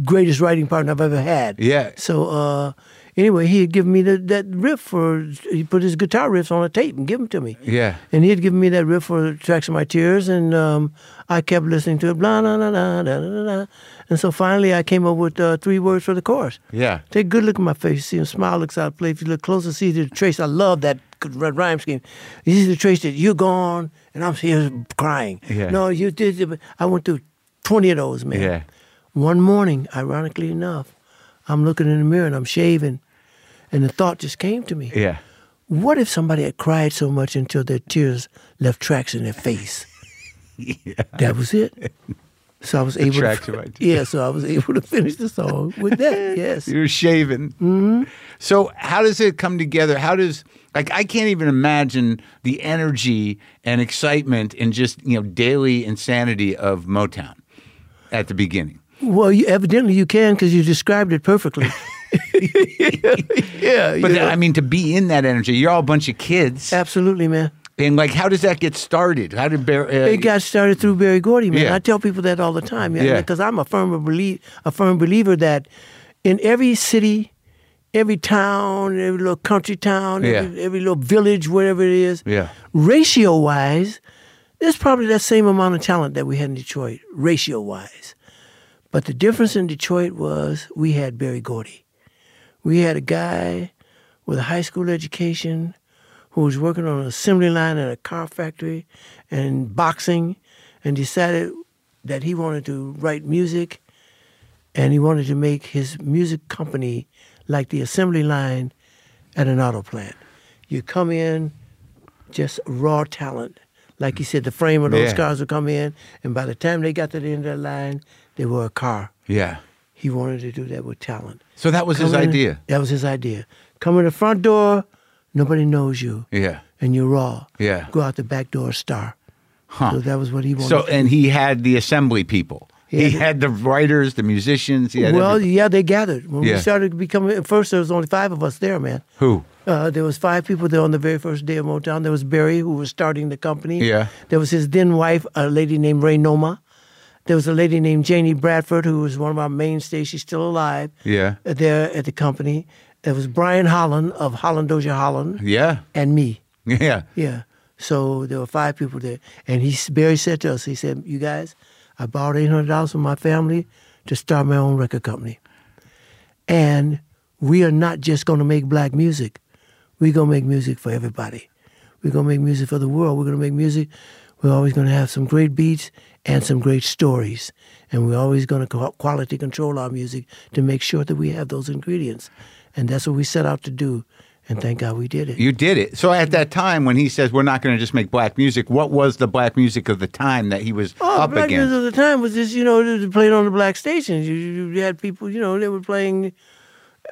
B: greatest writing partner I've ever had.
A: Yeah.
B: So uh, anyway, he had given me the, that riff for, he put his guitar riffs on a tape and give them to me.
A: Yeah.
B: And he had given me that riff for Tracks of My Tears, and um, I kept listening to it, blah, blah, blah, blah, blah, blah, blah. And so finally I came up with uh, three words for the chorus.
A: Yeah.
B: Take a good look at my face. See him smile, looks out of place. If you look closer, see the trace. I love that good red rhyme scheme. You see the trace that you're gone and I'm here crying.
A: Yeah.
B: No, you did. it, but I went through 20 of those, man.
A: Yeah.
B: One morning, ironically enough, I'm looking in the mirror and I'm shaving. And the thought just came to me
A: Yeah.
B: what if somebody had cried so much until their tears left tracks in their face? That was it. So I was able
A: tracks
B: to,
A: of my tears.
B: yeah, so I was able to finish the song with that. Yes.
A: You're shaving.
B: Mm-hmm.
A: So how does it come together? How does like I can't even imagine the energy and excitement and just you know daily insanity of Motown at the beginning.
B: Well, you, evidently you can because you described it perfectly. yeah,
A: But
B: Uh, yeah.
A: I mean, to be in that energy, you're all a bunch of kids,
B: absolutely, man.
A: and like, how does that get started? How did Bear? Uh,
B: It got started through Barry Gordy, man.
A: Yeah.
B: I tell people that all the time,
A: Yeah.
B: because I'm a firm believe a firm believer that in every city, every town, every little country town, every,
A: Yeah.
B: every little village, wherever it is,
A: Yeah.
B: ratio wise, there's probably that same amount of talent that we had in Detroit, ratio wise. But the difference in Detroit was we had Barry Gordy. We had a guy with a high school education who was working on an assembly line at a car factory and boxing and decided that he wanted to write music and he wanted to make his music company like the assembly line at an auto plant. You come in, just raw talent. Like he said, the frame of those
A: Yeah.
B: cars would come in, and by the time they got to the end of the line, they were a car.
A: yeah.
B: He wanted to do that with talent.
A: So that was his
B: Come in-
A: idea.
B: That was his idea. Come in the front door, nobody knows you,
A: Yeah.
B: and you're raw.
A: Yeah.
B: Go out the back door, a star.
A: Huh.
B: So that was what he wanted.
A: So and he had the assembly people. He
B: Yeah.
A: had the writers, the musicians. He had
B: well,
A: everybody.
B: yeah, they gathered when
A: Yeah.
B: we started becoming. At first, there was only five of us there, man.
A: who?
B: Uh, there was five people there on the very first day of Motown. There was Barry, who was starting the company.
A: Yeah.
B: There was his then wife, a lady named Ray Noma. There was a lady named Janie Bradford, who was one of our mainstays. She's still alive.
A: Yeah.
B: uh, There at the company. There was Brian Holland of Holland Doja Holland
A: Yeah.
B: and me.
A: Yeah.
B: Yeah. So there were five people there, and he Barry said to us, he said, "You guys, I borrowed eight hundred dollars from my family to start my own record company, and we are not just going to make black music. We're going to make music for everybody. We're going to make music for the world. We're going to make music. We're always going to have some great beats and some great stories, and we're always going to quality control our music to make sure that we have those ingredients, and that's what we set out to do, and thank God we did it."
A: You did it. So at that time, when he says we're not going to just make black music, what was the black music of the time that he was
B: Oh,
A: up
B: black
A: against?
B: music at the time was just you know they played on the black stations. You, you you had people you know they were playing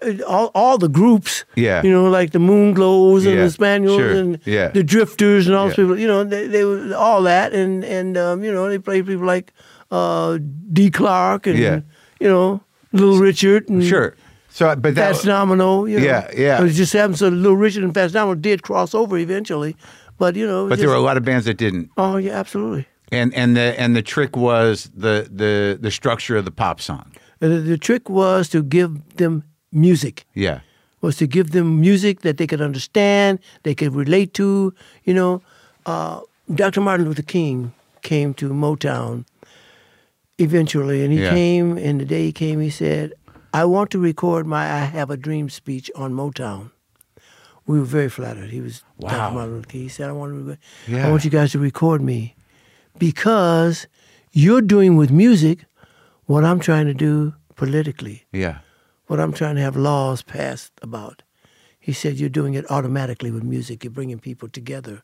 B: uh, all all the groups.
A: Yeah.
B: You know like the Moonglows and
A: Yeah,
B: the Spaniels
A: sure.
B: and
A: Yeah.
B: the Drifters and all those
A: Yeah.
B: people. You know they they were all that and and um, you know they played people like uh, D. Clark and
A: Yeah.
B: you know Little Richard and
A: Sure. So, but that
B: Fast Domino. You know.
A: Yeah, yeah.
B: It was just happened so Little Richard and Fast Domino did cross over eventually, but you know. it was
A: but there were
B: just-
A: a lot of bands that didn't.
B: Oh yeah, absolutely.
A: And and the and the trick was the the the structure of the pop song.
B: And Uh, the, the trick was to give them music.
A: Yeah.
B: Was to give them music that they could understand, they could relate to. You know, uh, Dr. Martin Luther King came to Motown eventually, and he
A: Yeah.
B: came, and the day he came, he said, I want to record my I Have a Dream speech on Motown. We were very flattered. He was
A: Wow.
B: Dr. Martin Luther King. He said, I want, to record,
A: Yeah.
B: I want you guys to record me because you're doing with music what I'm trying to do politically,
A: Yeah.
B: what I'm trying to have laws passed about. He said, You're doing it automatically with music. You're bringing people together,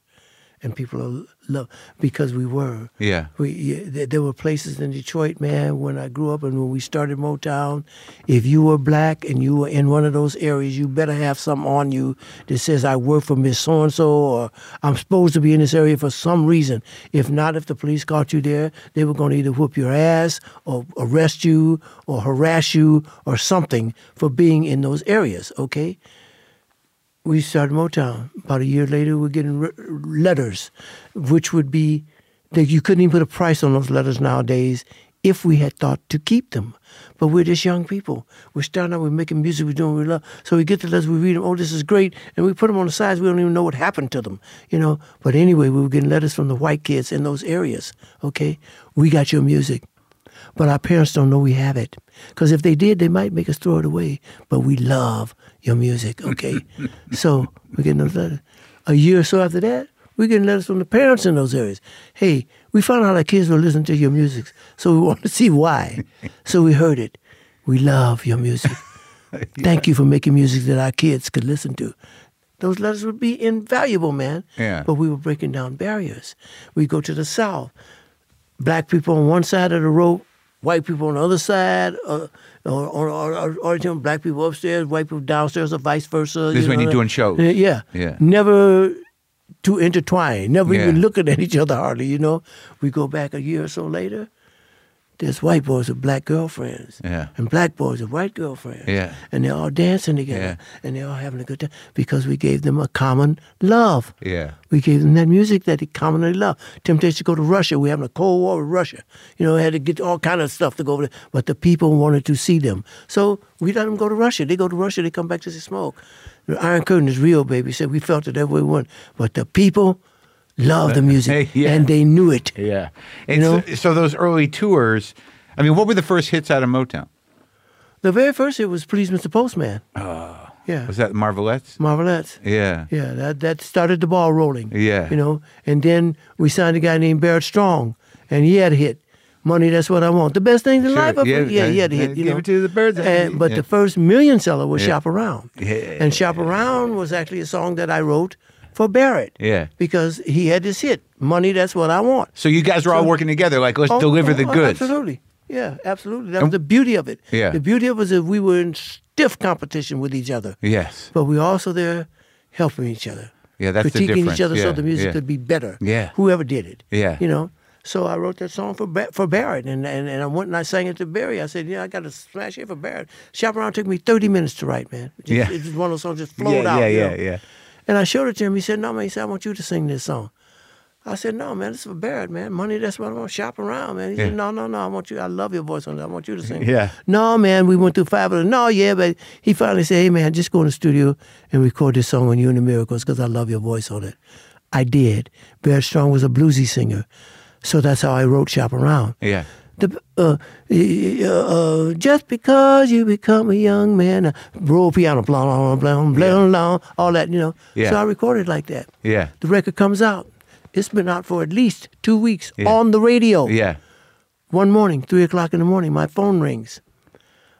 B: and people are love because we were.
A: Yeah.
B: We, yeah, there there were places in Detroit, man, when I grew up and when we started Motown, if you were black and you were in one of those areas, you better have something on you that says, I work for Miss So and so, or I'm supposed to be in this area for some reason. If not, if the police caught you there, they were going to either whoop your ass, or arrest you, or harass you, or something for being in those areas, okay? we started Motown. About a year later, we're getting re- letters, which would be that you couldn't even put a price on those letters nowadays if we had thought to keep them. But we're just young people. We're starting out, we're making music, we're doing what we love. So we get the letters, we read them, oh, this is great. And we put them on the sides, we don't even know what happened to them, you know. But anyway, we were getting letters from the white kids in those areas, okay? We got your music. But our parents don't know we have it. Because if they did, they might make us throw it away. But we love your music, okay? so we're getting those letters. A year or so after that, we're getting letters from the parents in those areas. Hey, we found out our kids were listening to your music, so we want to see why. so we heard it. We love your music. Thank you for making music that our kids could listen to. Those letters would be invaluable, man.
A: Yeah.
B: But we were breaking down barriers. We go to the South black people on one side of the rope, white people on the other side, uh, or, or, or, or, or, you know, black people upstairs, white people downstairs, or vice versa.
A: This is when
B: know.
A: you're doing shows.
B: Yeah, Yeah.
A: Yeah.
B: Never too intertwined, never
A: Yeah.
B: even looking at each other hardly, you know. We go back a year or so later, there's white boys with black girlfriends,
A: Yeah.
B: and black boys with white girlfriends,
A: Yeah.
B: and they're all dancing together,
A: Yeah.
B: and they're all having a good time because we gave them a common love.
A: Yeah.
B: We gave them that music that they commonly love. Temptation to go to Russia. We're having a Cold War with Russia. You know, had to get all kind of stuff to go over there. But the people wanted to see them. So we let them go to Russia. They go to Russia, they come back to see smoke. The Iron Curtain is real, baby. Said we felt it every way we went. But the people loved the music.
A: Yeah.
B: And they knew it.
A: Yeah. And
B: You know?
A: so, so those early tours, I mean, what were the first hits out of Motown?
B: The very first hit was Please Mr. Postman. Oh. Yeah.
A: Was that Marvelettes?
B: Marvelettes.
A: Yeah.
B: Yeah, that that started the ball rolling.
A: Yeah.
B: You know, and then we signed a guy named Barrett Strong, and he had a hit. Money, that's what I want. The best thing in
A: Sure,
B: life. I-
A: yeah,
B: Yeah, yeah, he had a
A: yeah,
B: hit. You
A: give
B: know.
A: it to the birds.
B: And, but
A: Yeah.
B: the first million seller was Shop Around.
A: Yeah.
B: And Shop Around was actually a song that I wrote for Barrett.
A: Yeah.
B: Because he had this hit. Money, that's what I want.
A: So you guys were all working together, like let's
B: Oh,
A: deliver
B: oh,
A: the
B: oh,
A: goods.
B: Absolutely. Yeah, absolutely. That was the beauty of it.
A: Yeah.
B: The beauty of it was that we were in stiff competition with each other
A: Yes.
B: but we also there helping each other.
A: Yeah, that's the
B: critiquing
A: difference.
B: each other
A: Yeah,
B: so the music
A: yeah.
B: could be better.
A: Yeah.
B: whoever did it.
A: Yeah.
B: you know. So I wrote that song for Ba- for Barrett, and, and and I went and I sang it to Barry. I said, "Yeah, I got a smash hit for Barrett." Shop around took me thirty minutes to write, man. It just-
A: Yeah.
B: it was one of those songs just
A: Yeah,
B: flowed out.
A: yeah,
B: you
A: yeah,
B: know.
A: yeah.
B: And I showed it to him. He said, "No, man," he said, "I want you to sing this song." I said, "No, man, this is for Barrett, man. Money, that's what I want. Shop around, man." He
A: Yeah.
B: said, "No, no, no, I want you. I love your voice on it. I want you to sing." it."
A: Yeah.
B: No, man, we went through five of them. No, yeah, but he finally said, "Hey, man, just go in the studio and record this song when you and the Miracles because I love your voice on it." I did. Barrett Strong was a bluesy singer, so that's how I wrote "Shop Around."
A: Yeah.
B: The, uh, uh, uh, just because you become a young man, uh, roll piano, blah, blah, blah, blah, blah, blah, all that, you know.
A: Yeah.
B: So I recorded like that.
A: Yeah.
B: The record comes out. It's been out for at least two weeks
A: Yeah.
B: on the radio.
A: Yeah.
B: One morning, three o'clock in the morning, my phone rings.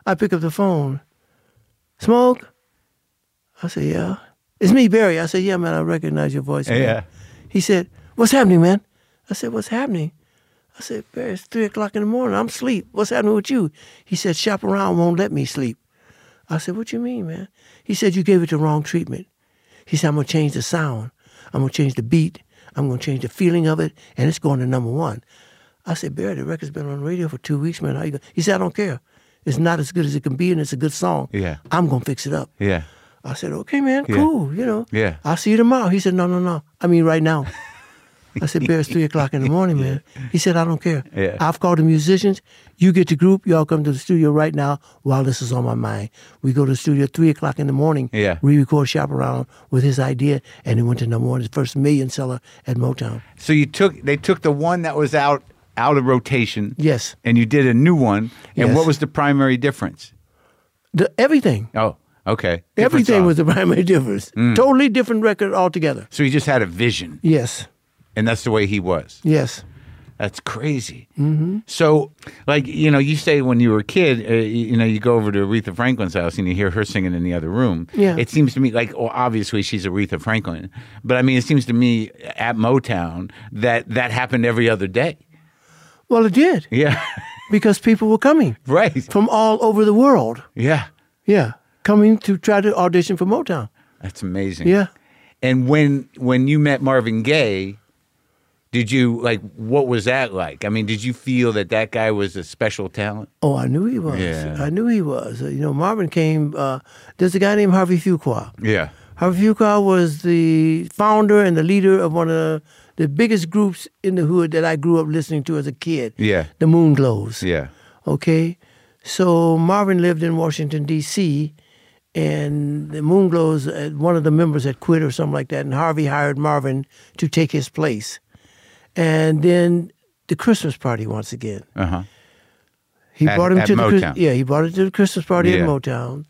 B: I pick up the phone. Smoke? I say, yeah. It's me, Barry. I say, yeah, man, I recognize your voice. man."
A: Yeah.
B: He said, what's happening, man? I said, what's happening? I said, Barry, it's three o'clock in the morning. I'm asleep. What's happening with you? He said, shop around won't let me sleep. I said, what you mean, man? He said, you gave it the wrong treatment. He said, I'm going to change the sound. I'm going to change the beat. I'm going to change the feeling of it, and it's going to number one. I said, Barry, the record's been on the radio for two weeks, man. How you going? He said, I don't care. It's not as good as it can be, and it's a good song.
A: Yeah.
B: I'm going to fix it up.
A: Yeah.
B: I said, okay, man,
A: Yeah.
B: cool, you know.
A: Yeah.
B: I'll see you tomorrow. He said, no, no, no. I mean, right now. I said, Bear, it's three o'clock in the morning, man. He said, I don't care.
A: Yeah.
B: I've called the musicians. You get the group. Y'all come to the studio right now while this is on my mind. We go to the studio at three o'clock in the morning.
A: Yeah.
B: We record Shop Around with his idea, and it went to number one, the first million seller at Motown.
A: So you took they took the one that was out out of rotation.
B: Yes.
A: And you did a new one. And
B: Yes.
A: what was the primary difference?
B: The, everything.
A: Oh, okay. Different Mm.
B: everything
A: song.
B: was the primary difference. Totally different record altogether.
A: So he just had a vision,
B: Yes.
A: and that's the way he was.
B: Yes.
A: That's crazy. Mm-hmm. So, like you know, you say when you were a kid, uh, y- you know, you go over to Aretha Franklin's house and you hear her singing in the other room.
B: Yeah.
A: It seems to me like well, obviously she's Aretha Franklin, but I mean, it seems to me at Motown that that happened every other day.
B: Well, it did
A: Yeah.
B: because people were coming
A: right.
B: from all over the world.
A: Yeah.
B: Yeah. Coming to try to audition for Motown.
A: That's amazing.
B: Yeah.
A: And when when you met Marvin Gaye, did you like what was that like? I mean, did you feel that that guy was a special talent?
B: Oh, I knew he was.
A: Yeah.
B: I knew he was. Uh, You know, Marvin came. Uh, there's a guy named Harvey Fuqua.
A: Yeah.
B: Harvey Fuqua was the founder and the leader of one of the, the biggest groups in the hood that I grew up listening to as a kid.
A: Yeah.
B: The Moon Glows.
A: Yeah.
B: Okay. So Marvin lived in Washington, D.C., and the Moonglows, uh, one of the members had quit or something like that, and Harvey hired Marvin to take his place. And then the Christmas party once again.
A: Uh huh.
B: He
A: At-
B: brought him
A: at
B: to the Chris-
A: Motown.
B: yeah. He brought him to the Christmas party
A: Yeah.
B: at Motown.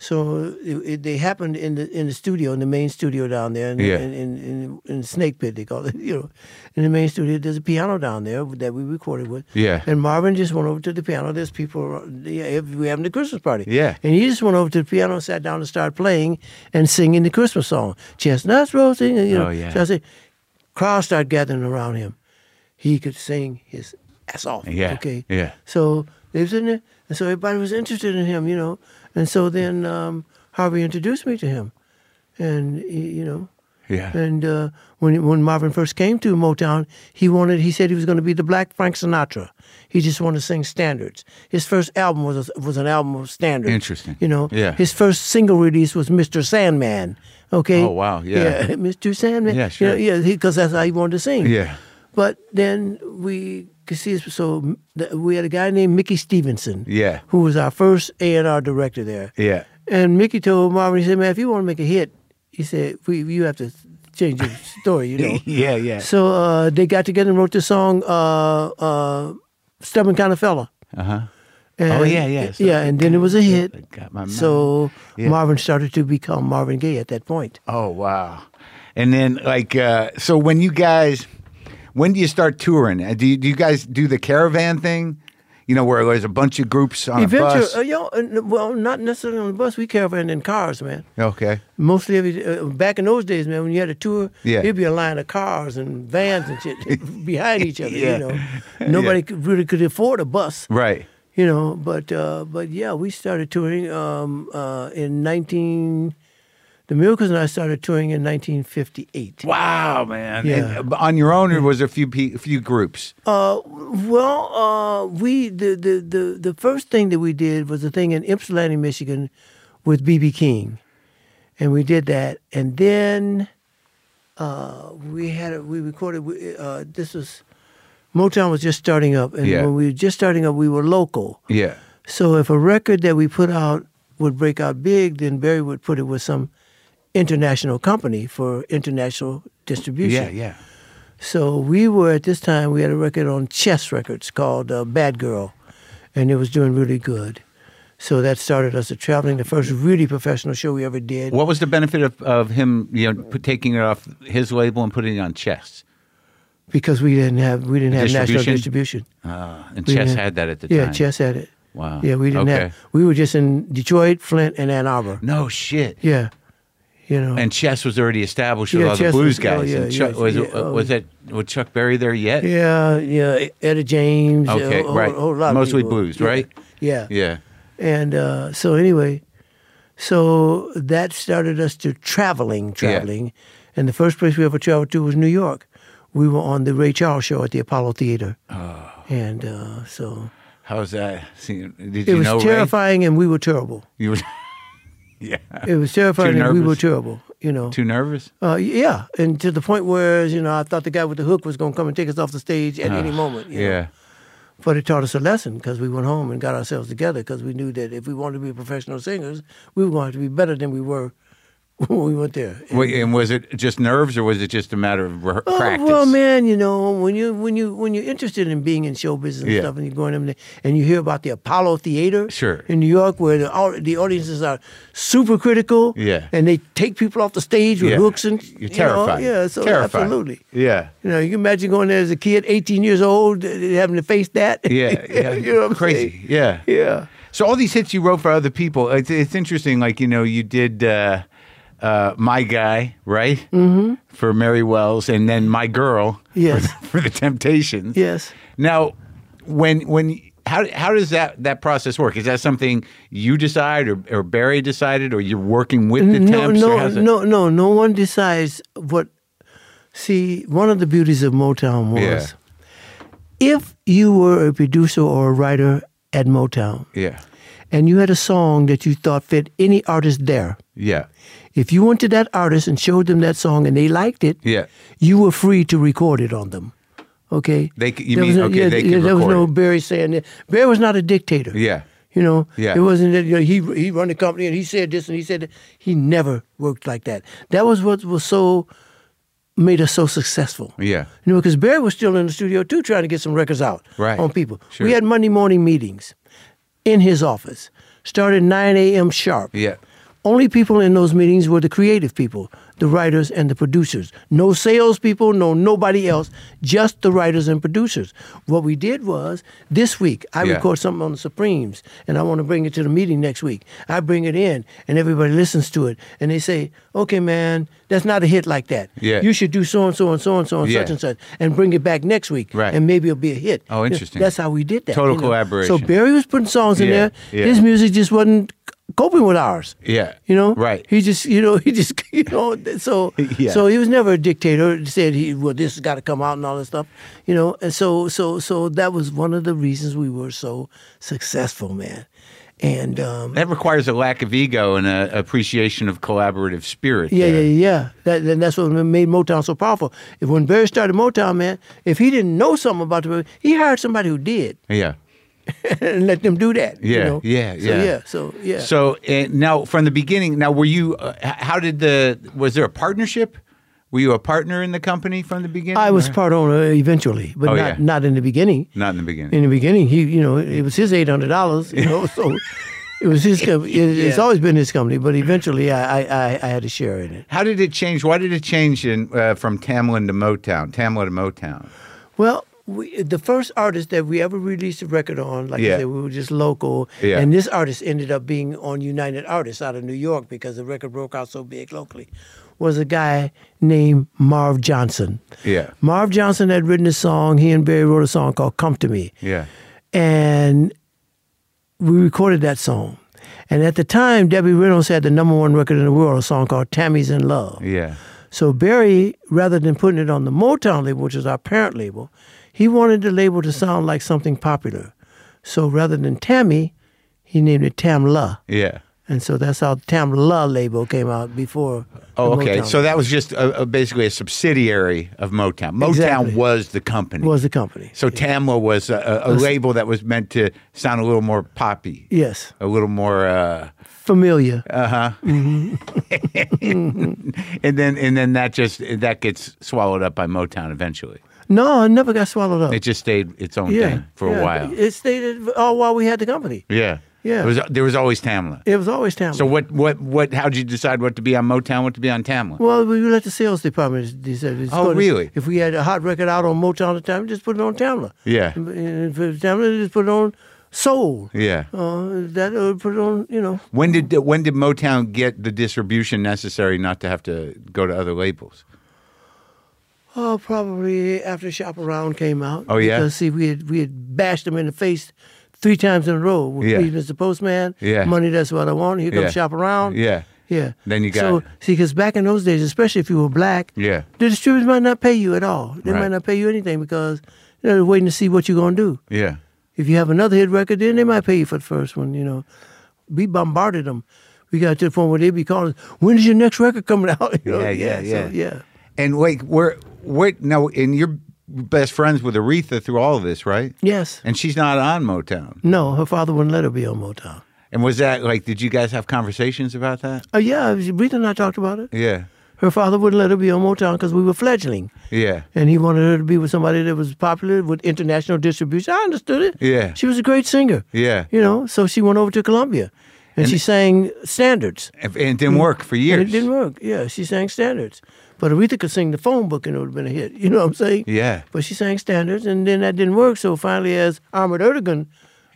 B: So it, it, they happened in the in the studio, in the main studio down there, in,
A: Yeah.
B: in, in, in, in Snake Pit they call it, you know, in the main studio. There's a piano down there that we recorded with.
A: Yeah.
B: And Marvin just went over to the piano. There's people. Yeah, we having the Christmas party.
A: Yeah.
B: And he just went over to the piano, and sat down, and started playing and singing the Christmas song, chestnuts roasting. You know.
A: Oh, yeah.
B: So I said, crowds started gathering around him. He could sing his ass off.
A: Yeah,
B: Okay.
A: yeah.
B: So they was in there, and so everybody was interested in him, you know. And so then um, Harvey introduced me to him, and he- you know,
A: Yeah.
B: and uh, when when Marvin first came to Motown, he wanted he said he was going to be the Black Frank Sinatra. He just wanted to sing standards. His first album was a, was an album of standards.
A: Interesting.
B: You know.
A: Yeah.
B: His first single release was Mr. Sandman. Okay.
A: Oh, wow, yeah.
B: Mr. Sandman.
A: Yeah, sure.
B: Yeah, yeah, because that's how he wanted to sing.
A: Yeah.
B: But then we could see so th- we had a guy named Mickey Stevenson.
A: Yeah.
B: Who was our first A and R director there.
A: Yeah.
B: And Mickey told Marvin, he said, "Man, if you want to make a hit, he said, we, you have to change your story, you know."
A: Yeah. Yeah.
B: so uh, they got together and wrote this song, uh, uh, "Stubborn Kind of Fella."
A: Uh huh.
B: And,
A: Oh, yeah, yeah. So-
B: yeah. And then it was a hit.
A: Got my mind.
B: So
A: Yeah.
B: Marvin started to become Marvin Gaye at that point.
A: Oh wow! And then like uh, so when you guys when do you start touring? Uh, Do you, do you guys do the caravan thing? You know where there's a bunch of groups on a bus.
B: Eventually, uh, you know, uh, well, not necessarily on the bus. We caravan in cars, man.
A: okay.
B: Mostly every uh, back in those days, man, when you had a tour,
A: Yeah.
B: it'd be a line of cars and vans and shit behind each other.
A: Yeah.
B: You know, nobody could, really could afford a bus.
A: Right.
B: You know, but uh, but yeah, we started touring um, uh, in nineteen. The Miracles and I started touring in nineteen fifty eight.
A: Wow, man.
B: Yeah.
A: And, uh, but on your own, or was there a few pe- a few groups?
B: Uh, well, uh, we the, the the the first thing that we did was a thing in Ypsilanti, Michigan, with BB King, and we did that, and then uh, we had a, we recorded. we, Uh, this was Motown was just starting up, and
A: Yeah.
B: when we were just starting up, we were local.
A: yeah.
B: So if a record that we put out would break out big, then Barry would put it with some international company for international distribution.
A: Yeah. Yeah.
B: So we were at this time we had a record on Chess Records called uh, Bad Girl, and it was doing really good. So that started us a traveling. The first really professional show we ever did.
A: What was the benefit of, of him, you know, put, taking it off his label and putting it on Chess?
B: because we didn't have we didn't have
A: Distribution?
B: national distribution.
A: Uh, and
B: We
A: Chess
B: didn't-
A: had that at the
B: yeah,
A: time.
B: Chess had it.
A: Wow.
B: Yeah, we didn't
A: okay.
B: have. We were just in Detroit, Flint, and Ann Arbor.
A: No shit.
B: Yeah, you know.
A: And Chess was already established with
B: Yeah,
A: all the
B: Chess
A: blues
B: was-
A: guys.
B: yeah,
A: and
B: yeah,
A: Chuck,
B: yeah,
A: was,
B: yeah,
A: uh,
B: oh,
A: was that was Chuck Berry there yet?
B: yeah, yeah, Etta James.
A: Okay,
B: a whole-
A: right.
B: whole lot of
A: Mostly
B: people.
A: blues,
B: Yeah,
A: right?
B: Yeah.
A: Yeah.
B: And uh, so anyway, so that started us to traveling, traveling. And the first place we ever traveled to was New York. We were on the Ray Charles show at the Apollo Theater.
A: Ah.
B: And uh, so
A: How's that? See, did
B: it
A: you
B: was
A: know Ray?
B: terrifying and we were terrible.
A: You were, yeah.
B: It was terrifying
A: Too
B: and we were
A: nervous?
B: terrible. you know.
A: Too nervous?
B: Uh, yeah, and to the point where you know I thought the guy with the hook was going to come and take us off the stage at any moment. you know.
A: Ah. Yeah.
B: But it taught us a lesson because we went home and got ourselves together because we knew that if we wanted to be professional singers, we were going to have to be better than we were when we went there.
A: Wait, and was it just nerves, or was it just a matter of re-
B: Oh,
A: practice?
B: Well, man, you know when you when you when you're interested in being in show business and
A: Yeah.
B: stuff, and you're going in there, and you hear about the Apollo Theater,
A: Sure.
B: in New York, where the au- the audiences are super critical,
A: Yeah.
B: and they take people off the stage with
A: Yeah.
B: hooks and
A: you're
B: you know,
A: terrified.
B: yeah, so
A: terrified.
B: absolutely.
A: Yeah.
B: You know, you can imagine going there as a kid, 18 years old, uh, having to face that.
A: Yeah, yeah,
B: you know what I'm
A: crazy.
B: saying?
A: Yeah,
B: Yeah.
A: So all these hits you wrote for other people, it's, it's interesting. Like you know, you did uh, uh, "My Guy," right? Mm-hmm. For Mary Wells, and then "My Girl"
B: Yes.
A: for the Temptations.
B: yes.
A: Now, when when how how does that that process work? Is that something you decide, or, or Barry decided, or you're working with the
B: no,
A: temps? or
B: no,
A: how's it-
B: no, no, no one decides what. See, one of the beauties of Motown was
A: Yeah.
B: if you were a producer or a writer at Motown
A: Yeah,
B: and you had a song that you thought fit any artist there,
A: yeah,
B: if you went to that artist and showed them that song and they liked it,
A: yeah.
B: you were free to record it on them. Okay?
A: They c- you
B: There was
A: mean,
B: no-
A: okay,
B: yeah,
A: they
B: yeah,
A: could
B: There was no
A: record it.
B: Barry saying that. Barry was not a dictator.
A: Yeah.
B: You know,
A: Yeah.
B: it wasn't that you know, he he run the company and he said this and he said that. He never worked like that. That was what was so made us so successful.
A: Yeah.
B: You know, because Barry was still in the studio too, trying to get some records out
A: Right.
B: on people.
A: Sure.
B: We had Monday morning meetings in his office. Started 9 a.m. sharp.
A: Yeah.
B: Only people in those meetings were the creative people, the writers and the producers. No salespeople, no nobody else, just the writers and producers. What we did was this week I
A: Yeah.
B: record something on the Supremes and I want to bring it to the meeting next week. I bring it in and everybody listens to it and they say, "Okay, man, that's not a hit like that.
A: Yeah.
B: You should do so and so and so and so and
A: Yeah.
B: such and such and bring it back next week
A: Right.
B: and maybe it'll be a hit."
A: Oh,
B: You know,
A: interesting.
B: That's how we did that.
A: Total
B: know.
A: collaboration.
B: So Barry was putting songs in
A: Yeah,
B: there.
A: yeah.
B: His music just wasn't coping with ours.
A: Yeah.
B: You know?
A: Right.
B: He just, you know, he just, you know, so
A: Yeah.
B: so he was never a dictator. Said he, well, this has got to come out and all that stuff, you know. And so, so, so that was one of the reasons we were so successful, man. And um,
A: That requires a lack of ego and an appreciation of collaborative spirit.
B: yeah, yeah,
A: there.
B: yeah, That, and that's what made Motown so powerful. If when Barry started Motown, man, if he didn't know something about the, he hired somebody who did
A: yeah.
B: and let them do that. you
A: Yeah,
B: know?
A: yeah,
B: so,
A: yeah.
B: yeah. So yeah.
A: So and now, from the beginning, now were you? Uh, h- how did the? Was there a partnership? Were you a partner in the company from the beginning?
B: I was
A: or-
B: part owner eventually, but
A: uh, Oh,
B: not
A: yeah.
B: not in the beginning.
A: not in the beginning.
B: in the beginning, he you know it was his eight hundred dollars, you know, so it was his. Com- it, It's always been his company, but eventually I, I I I had a share in it.
A: how did it change? Why did it change in, uh, from Tamlin to Motown? Tamla to Motown.
B: Well, we, the first artist that we ever released a record on, like
A: Yeah.
B: I said, we were just local,
A: Yeah.
B: and this artist ended up being on United Artists out of New York because the record broke out so big locally. Was a guy named Marv Johnson.
A: Yeah.
B: Marv Johnson had written a song. He and Barry wrote a song called "Come to Me."
A: Yeah.
B: and we recorded that song. And at the time, Debbie Reynolds had the number one record in the world, a song called Tammy's in Love.
A: Yeah.
B: So Barry, rather than putting it on the Motown label, which is our parent label, he wanted the label to sound like something popular. So rather than Tammy, he named it Tamla.
A: Yeah.
B: And so that's how Tamla label came out before.
A: Oh,
B: the
A: okay.
B: Motown
A: So that was just a, a, basically a subsidiary of Motown. Motown
B: Exactly.
A: was the company.
B: was the company.
A: so Tamla was a, a, a label that was meant to sound a little more poppy.
B: Yes,
A: A little more. Uh,
B: familiar.
A: and then and then that just that gets swallowed up by Motown eventually.
B: no, it never got swallowed up.
A: It just stayed its own
B: yeah,
A: thing for
B: yeah.
A: a while.
B: It stayed all while we had the company.
A: yeah,
B: Yeah.
A: It was, there was always Tamla.
B: It was always Tamla.
A: So what what what? How'd you decide what to be on Motown, what to be on Tamla?
B: Well, we let the sales department decide. It's
A: Oh,
B: gonna-
A: really?
B: If we had a hot record out on Motown at the time, just put it on Tamla.
A: Yeah.
B: And if it was Tamla, just put it on Soul.
A: yeah.
B: Uh, that uh, put it on, you know.
A: When did when did Motown get the distribution necessary not to have to go to other labels?
B: Oh, probably after Shop Around came out.
A: Oh, yeah?
B: Because see, we had we had bashed them in the face three times in a row. With
A: Yeah.
B: Please, Mr. Postman.
A: Yeah.
B: Money, that's what I want. Here comes
A: Yeah.
B: Shop Around.
A: Yeah.
B: Yeah.
A: Then you got
B: so
A: it.
B: see, because back in those days, especially if you were black,
A: Yeah.
B: the distributors might not pay you at all. They
A: Right.
B: might not pay you anything because they're waiting to see what you're gonna do.
A: Yeah.
B: If you have another hit record, then they might pay you for the first one. You know, we bombarded them. we got to the point where they'd be calling, when is your next record coming out? You know,
A: Yeah, yeah, yeah.
B: So, yeah.
A: And wait, where, where, no, and you're best friends with Aretha through all of this, right?
B: Yes.
A: And she's not on Motown.
B: No, her father wouldn't let her be on Motown.
A: And was that like, did you guys have conversations about that?
B: Uh, yeah, Rita and I talked about it.
A: Yeah.
B: Her father wouldn't let her be on Motown because we were fledgling.
A: Yeah.
B: And he wanted her to be with somebody that was popular with international distribution. I understood it.
A: Yeah.
B: She was a great singer.
A: Yeah.
B: You know, so she went over to Columbia and, she sang standards.
A: And it didn't work for years.
B: And it didn't work. Yeah, she sang standards. But Aretha could sing the phone book and it would have been a hit. You know what I'm saying?
A: Yeah.
B: But she sang standards and then that didn't work. So finally, as Ahmed Erdogan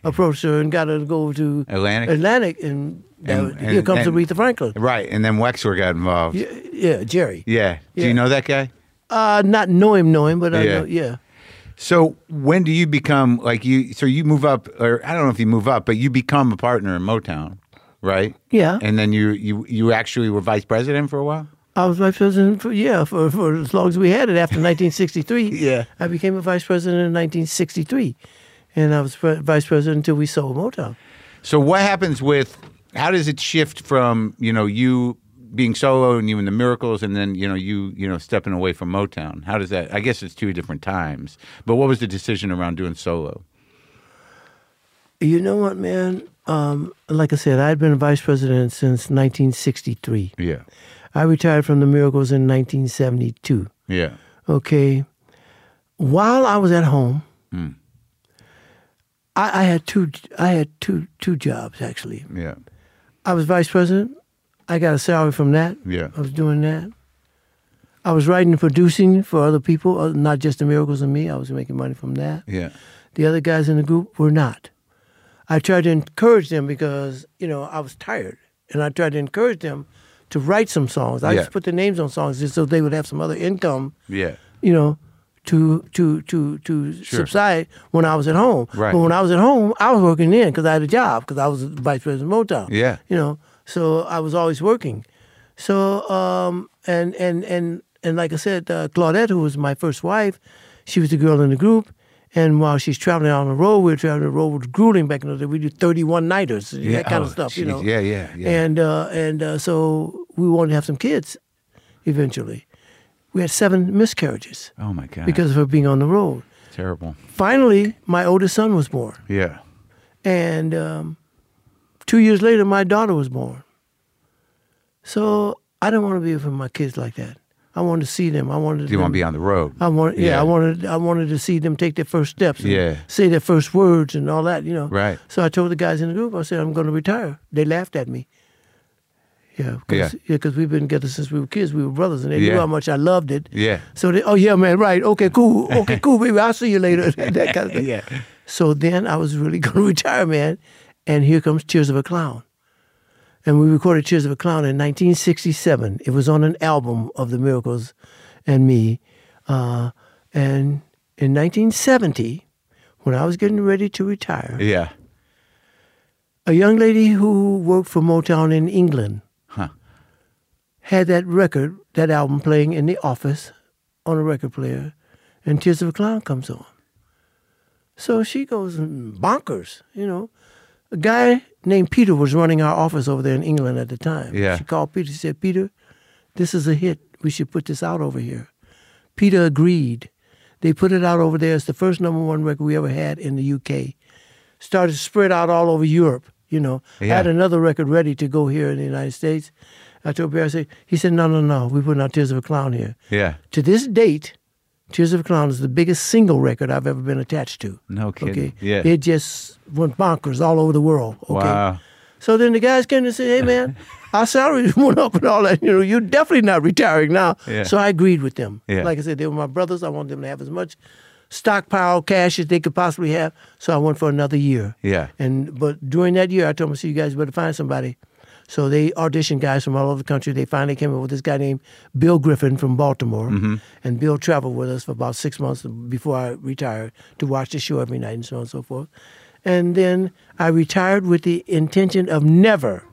B: approached her and got her to go to
A: Atlantic?
B: Atlantic and, that
A: And-
B: was- here
A: and-
B: comes
A: and-
B: Aretha Franklin.
A: Right. And then Wexler got involved. Yeah.
B: Yeah, yeah, Jerry.
A: Do you
B: Yeah.
A: know that guy?
B: Uh, not know him, know him, but I
A: Yeah.
B: know, yeah.
A: So when do you become like you? So you move up, or I don't know if you move up, but you become a partner in Motown, right?
B: Yeah.
A: And then you you you actually were vice president for a while.
B: I was vice president for yeah for, for as long as we had it after 1963.
A: Yeah.
B: I became a vice president in 1963, and I was pre- vice president until we sold Motown.
A: So what happens with? How does it shift from you know you being solo and you and the Miracles, and then you know you you know stepping away from Motown? How does that? I guess it's two different times. But what was the decision around doing solo?
B: You know what, man? Um, like I said, I had been a vice president since 1963.
A: Yeah.
B: I retired from the Miracles in 1972.
A: Yeah.
B: Okay, while I was at home, I, I had two I had two two jobs actually.
A: Yeah.
B: I was vice president. I got a salary from that.
A: Yeah.
B: I was doing that. I was writing and producing for other people, uh, not just the miracles of me. I was making money from that.
A: Yeah.
B: The other guys in the group were not. I tried to encourage them because, you know, I was tired. And I tried to encourage them to write some songs. I
A: Yeah.
B: just put their names on songs just so they would have some other income
A: Yeah.
B: you know, to to to to subside when I was at home.
A: Right.
B: But when I was at home, I was working then because I had a job because I was vice president of Motown.
A: Yeah.
B: You know, so I was always working. So um and and and and like I said, uh, Claudette, who was my first wife, she was the girl in the group. And while she's traveling on the road, we were traveling the road was grueling back in the day. We did thirty-one nighters, that kind
A: Oh,
B: of stuff, you
A: geez.
B: know.
A: Yeah. Yeah. Yeah.
B: And uh, and uh, so we wanted to have some kids eventually. We had seven miscarriages
A: oh my God.
B: because of her being on the road.
A: terrible.
B: Finally, my oldest son was born,
A: Yeah.
B: and um, two years later, my daughter was born. So I didn't want to be with my kids like that. I wanted to see them. I wanted.
A: Do you want to
B: them-
A: be on the road?
B: I wanted, yeah,
A: Yeah.
B: I wanted, I wanted to see them take their first steps, and
A: Yeah.
B: say their first words and all that, you know.
A: Right.
B: So I told the guys in the group, I said, I'm going to retire. They laughed at me. Yeah,
A: Yeah.
B: because we've been together since we were kids. We were brothers, and they
A: Yeah.
B: knew how much I loved it.
A: Yeah.
B: So they, oh yeah, man, right? Okay, cool. Okay, cool, baby. I'll see you later. that kind of thing.
A: Yeah.
B: So then I was really going to retire, man. And here comes Tears of a Clown. And we recorded Tears of a Clown in 1967. It was on an album of The Miracles and me. Uh, and in 1970, when I was getting ready to retire,
A: Yeah.
B: a young lady who worked for Motown in England
A: Huh.
B: had that record, that album playing in the office on a record player, and Tears of a Clown comes on. So she goes bonkers, you know. A guy named Peter was running our office over there in England at the time.
A: Yeah.
B: She called Peter, she said, Peter, this is a hit. We should put this out over here. Peter agreed. They put it out over there. It's the first number one record we ever had in the UK. Started to spread out all over Europe. You know,
A: Yeah.
B: I had another record ready to go here in the United States. I told Barry, I said, he said, no, no, no, we put out Tears of a Clown here.
A: Yeah.
B: To this date, Tears of a Clown is the biggest single record I've ever been attached to.
A: No kidding.
B: Okay.
A: Yeah.
B: It just went bonkers all over the world. Okay.
A: Wow.
B: So then the guys came and said, "Hey man, our salaries went up and all that. You know, you're definitely not retiring now."
A: Yeah.
B: So I agreed with them.
A: Yeah.
B: Like I said, they were my brothers. I wanted them to have as much stockpile cash as they could possibly have. So I went for another year.
A: Yeah.
B: And but during that year, I told them, "See, you guys better find somebody." So they auditioned guys from all over the country. They finally came up with this guy named Bill Griffin from Baltimore, and Bill traveled with us for about six months before I retired to watch the show every night and so on and so forth. And then I retired with the intention of never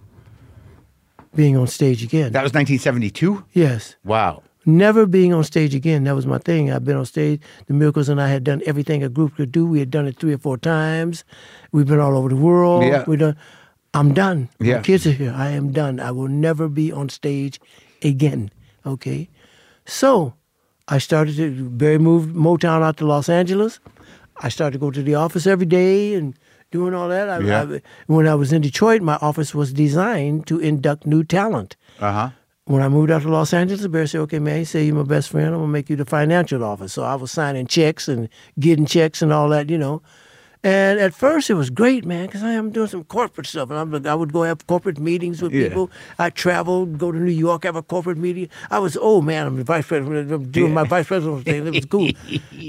B: being on stage again.
A: That was 1972.
B: yes,
A: Wow.
B: never being on stage again. That was my thing. I've been on stage. The Miracles and I had done everything a group could do. We had done it three or four times. We've been all over the world.
A: Yeah.
B: We done. I'm done.
A: Yeah.
B: My kids are here. I am done. I will never be on stage again. Okay. So I started to Barry moved Motown out to Los Angeles. I started to go to the office every day and doing all that. I,
A: Yeah.
B: I- when I was in Detroit, my office was designed to induct new talent.
A: Uh huh.
B: When I moved out to Los Angeles, Barry said, "Okay, man, you say you're my best friend. I'm gonna make you the financial officer." So I was signing checks and getting checks and all that, you know. And at first, it was great, man, because I am doing some corporate stuff, and I'm, I would go have corporate meetings with
A: Yeah.
B: people. I traveled, go to New York, have a corporate meeting. I was, oh man, I'm the vice president, I'm doing my vice presidential thing. It was cool.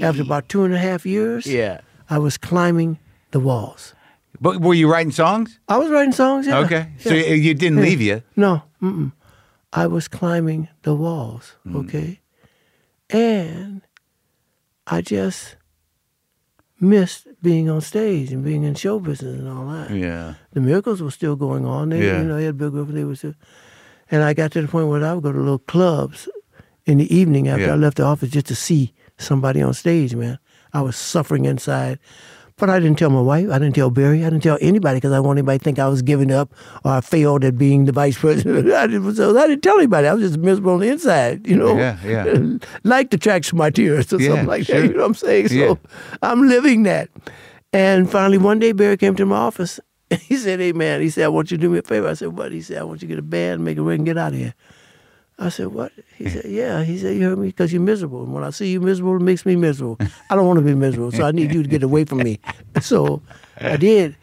B: After about two and a half years,
A: Yeah.
B: I was climbing the walls.
A: But were you writing songs?
B: I was writing songs. Yeah.
A: Okay. So
B: Yeah.
A: you, you didn't leave you.
B: No, mm-mm. I was climbing the walls, okay? And I just missed being on stage and being in show business and all that.
A: Yeah.
B: The miracles were still going on. They,
A: Yeah.
B: You know, they had Bill Griffin. They were still, and I got to the point where I would go to little clubs in the evening after
A: Yeah.
B: I left the office just to see somebody on stage, man. I was suffering inside. But I didn't tell my wife. I didn't tell Barry. I didn't tell anybody because I wanted anybody to think I was giving up or I failed at being the vice president. I didn't, so I didn't tell anybody. I was just miserable on the inside, you know.
A: Yeah, yeah.
B: like the tracks from my tears or
A: Yeah,
B: something like
A: sure.
B: that. You know what I'm saying? So
A: Yeah.
B: I'm living that. And finally, one day, Barry came to my office. And he said, Hey, man, he said, I want you to do me a favor. I said, What? He said, I want you to get a band, make a record, and get out of here. I said, What? He said, Yeah. He said, You heard me? Because you're miserable. And when I see you miserable, it makes me miserable. I don't want to be miserable. So I need you to get away from me. So I did.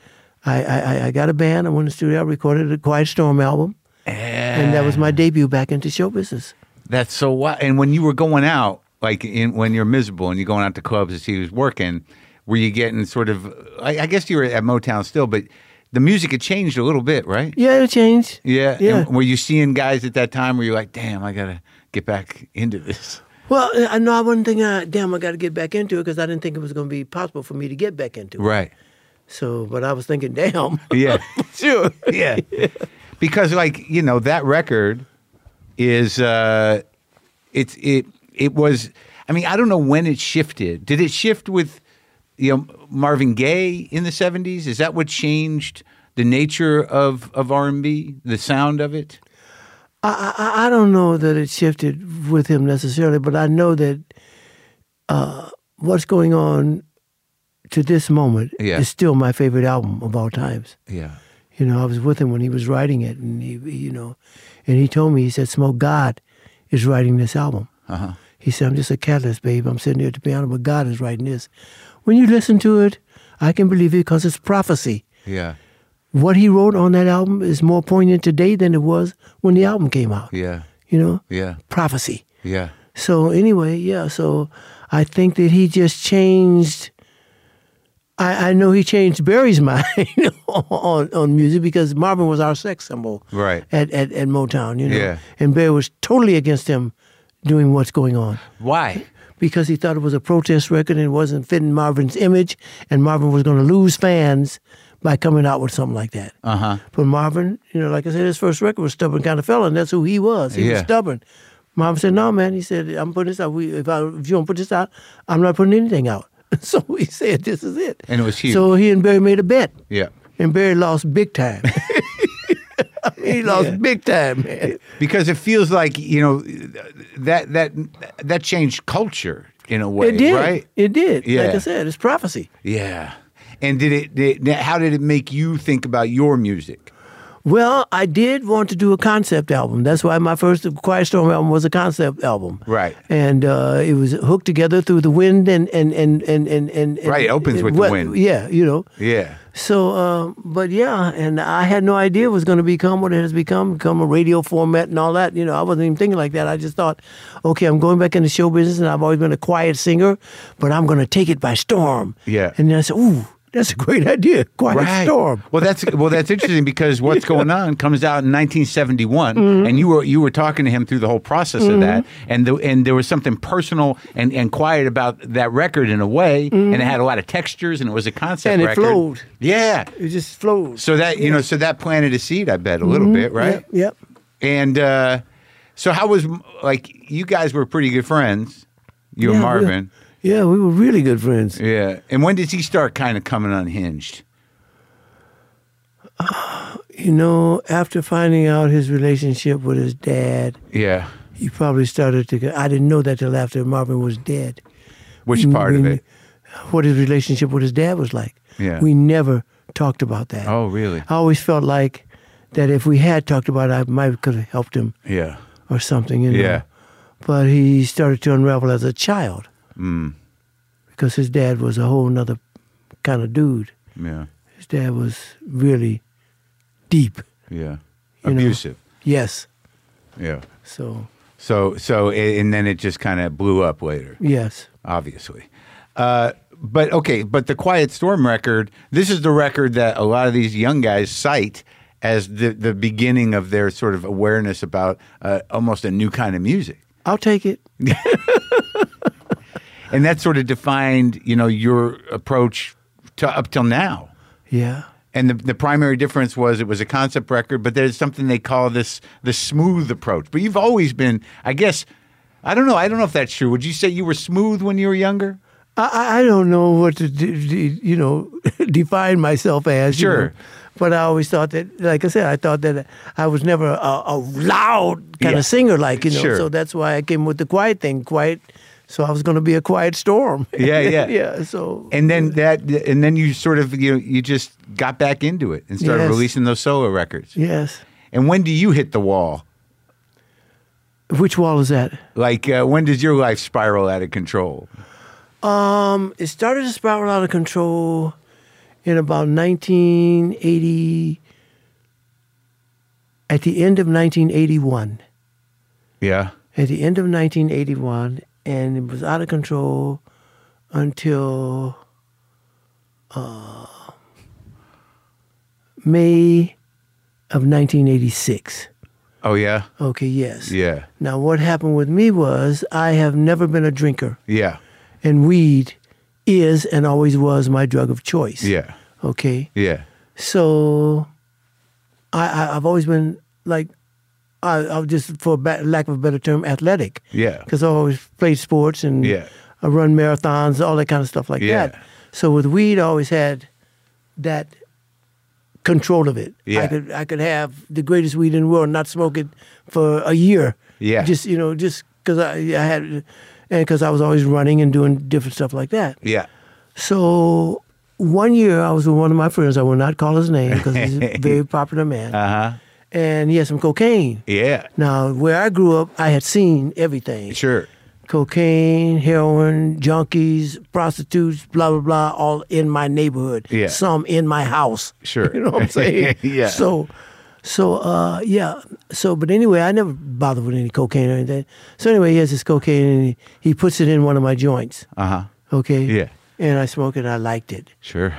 B: I, I, I- I got a band. I went to the studio. I recorded a Quiet Storm album. And that was my debut back into show business.
A: That's so wild. And when you were going out, like in, when you're miserable and you're going out to clubs as he was working, were you getting sort of? I, I guess you were at Motown still, but the music had changed a little bit, right?
B: Yeah, it changed.
A: Yeah.
B: Yeah.
A: And were you seeing guys at that time where you're like, damn, I gotta get back into this?
B: Well, I know I wasn't thinking, uh, damn, I got to get back into it because I didn't think it was going to be possible for me to get back into it.
A: Right.
B: So, but I was thinking, damn.
A: Yeah.
B: sure.
A: yeah. Because like, you know, that record is uh it's it it was I mean, I don't know when it shifted. Did it shift with you know Marvin Gaye in the 70s? Is that what changed the nature of of R&B, the sound of it?
B: I, I, I don't know that it shifted with him necessarily, but I know that uh, what's going on to this moment
A: Yeah.
B: is still my favorite album of all times.
A: Yeah.
B: You know, I was with him when he was writing it, and he, he, you know, and he told me, he said, Smoke God is writing this album.
A: Uh-huh.
B: He said, I'm just a catalyst, babe. I'm sitting here at the piano, but God is writing this. When you listen to it, I can believe it because it's prophecy.
A: Yeah.
B: What he wrote on that album is more poignant today than it was when the album came out.
A: Yeah.
B: You know?
A: Yeah.
B: Prophecy.
A: Yeah.
B: So anyway, yeah. So I think that he just changed. I, I know he changed Barry's mind on on music because Marvin was our sex symbol,
A: Right.
B: At at, at Motown, you know.
A: Yeah.
B: And Barry was totally against him doing what's going on
A: Why?
B: because he thought it was a protest record and it wasn't fitting Marvin's image, and Marvin was going to lose fans by coming out with something like that.
A: Uh-huh.
B: But Marvin, you know, like I said, his first record was stubborn kind of fella, and that's who he was. He was
A: Yeah.
B: stubborn. Marvin said, "No, man," he said, "I'm putting this out. We, if, I, if you don't put this out, I'm not putting anything out." So he said, "This is it."
A: And it was huge.
B: So he and Barry made a bet,
A: Yeah.
B: and Barry lost big time. I mean, he lost big time, man.
A: because it feels like you know that that that changed culture in a way,
B: It did.
A: right?
B: It did. Like
A: Yeah.
B: I said, it's prophecy.
A: Yeah. And did it? Did, how did it make you think about your music?
B: Well, I did want to do a concept album. That's why my first Quiet Storm album was a concept album.
A: Right.
B: And uh, it was hooked together through the wind and and and and and, and
A: Right, it opens
B: and
A: with the
B: what-
A: wind.
B: Yeah, you know.
A: Yeah.
B: So, uh, but yeah, and I had no idea it was going to become what it has become, become a radio format and all that. You know, I wasn't even thinking like that. I just thought, okay, I'm going back into show business, and I've always been a quiet singer, but I'm going to take it by storm.
A: Yeah.
B: And then I said, ooh, that's a great idea, quiet storm.
A: Well, that's well, that's interesting because what's going on comes out in 1971,
B: Mm-hmm.
A: and you were you were talking to him through the whole process of that, and the, and there was something personal and, and quiet about that record in a way, and it had a lot of textures, and it was a concept,
B: Mm-hmm. And it
A: record.
B: flowed.
A: Yeah.
B: It just flows.
A: So that you know, so that planted a seed, I bet, a little bit, right?
B: Mm-hmm. Yep. yep.
A: And uh, so, how was like you guys were pretty good friends, you and
B: Yeah, we-
A: Marvin?
B: yeah, we were really good friends.
A: Yeah. And when did he start kind of coming unhinged?
B: You know, after finding out his relationship with his dad,
A: Yeah.
B: he probably started to. get- I didn't know that till after Marvin was dead.
A: Which part of
B: We-
A: it?
B: What his relationship with his dad was like.
A: Yeah.
B: We never talked about that.
A: Oh, really?
B: I always felt like that if we had talked about it, I might could have helped him
A: Yeah.
B: or something. You know?
A: Yeah.
B: But he started to unravel as a child
A: Mm.
B: because his dad was a whole nother kind of dude.
A: Yeah.
B: His dad was really deep.
A: Yeah.
B: You know.
A: Abusive.
B: Yes.
A: Yeah.
B: So,
A: So so a- and then it just kind of blew up later,
B: yes.
A: obviously. Uh, but okay, but the Quiet Storm record, this is the record that a lot of these young guys cite as the the beginning of their sort of awareness about uh, almost a new kind of music.
B: I'll take it.
A: And that sort of defined, you know, your approach to up till now.
B: Yeah.
A: And the, the primary difference was it was a concept record, but there's something they call this the smooth approach. But you've always been, I guess, I don't know. I don't know if that's true. Would you say you were smooth when you were younger?
B: I- I, I don't know what to de- de- you know define myself as. you
A: Sure.
B: know. but I always thought that, like I said, I thought that I was never a, a loud kind
A: Yeah.
B: of singer, like you know.
A: Sure.
B: So that's why I came with the quiet thing, quiet. So I was going to be a quiet storm.
A: Yeah, yeah.
B: yeah. So
A: And then that, and then you sort of you you just got back into it and started
B: Yes.
A: releasing those solo records.
B: yes,
A: And when do you hit the wall?
B: which wall is that?
A: Like uh, when does your life spiral out of control?
B: Um, it started to spiral out of control in about 1980. At the end of 1981.
A: Yeah,
B: at the end of 1981, and it was out of control until uh, May of 1986.
A: Oh yeah.
B: Okay, yes.
A: Yeah.
B: Now, what happened with me was I have never been a drinker,
A: Yeah.
B: and weed is and always was my drug of choice.
A: Yeah.
B: Okay.
A: Yeah.
B: So, I, I I've always been like, I, I was just for ba- lack of a better term, athletic.
A: Yeah.
B: Because I always played sports and
A: Yeah.
B: I run marathons, all that kind of stuff like
A: Yeah.
B: that. So with weed, I always had that control of it.
A: Yeah.
B: I could I could have the greatest weed in the world, and not smoke it for a year.
A: Yeah.
B: Just you know, just because I I had, and because I was always running and doing different stuff like that.
A: Yeah.
B: So one year I was with one of my friends. I will not call his name because he's a very popular man.
A: Uh huh.
B: And he had some cocaine.
A: Yeah.
B: Now, where I grew up, I had seen everything
A: Sure.
B: cocaine, heroin, junkies, prostitutes, blah, blah, blah, all in my neighborhood.
A: Yeah.
B: Some in my house.
A: Sure.
B: You know what I'm saying?
A: Yeah.
B: So, so uh, yeah. So, but anyway, I never bothered with any cocaine or anything. So, anyway, he has this cocaine and he, he puts it in one of my joints.
A: Uh huh.
B: Okay.
A: Yeah.
B: And I smoked it. I liked it.
A: Sure.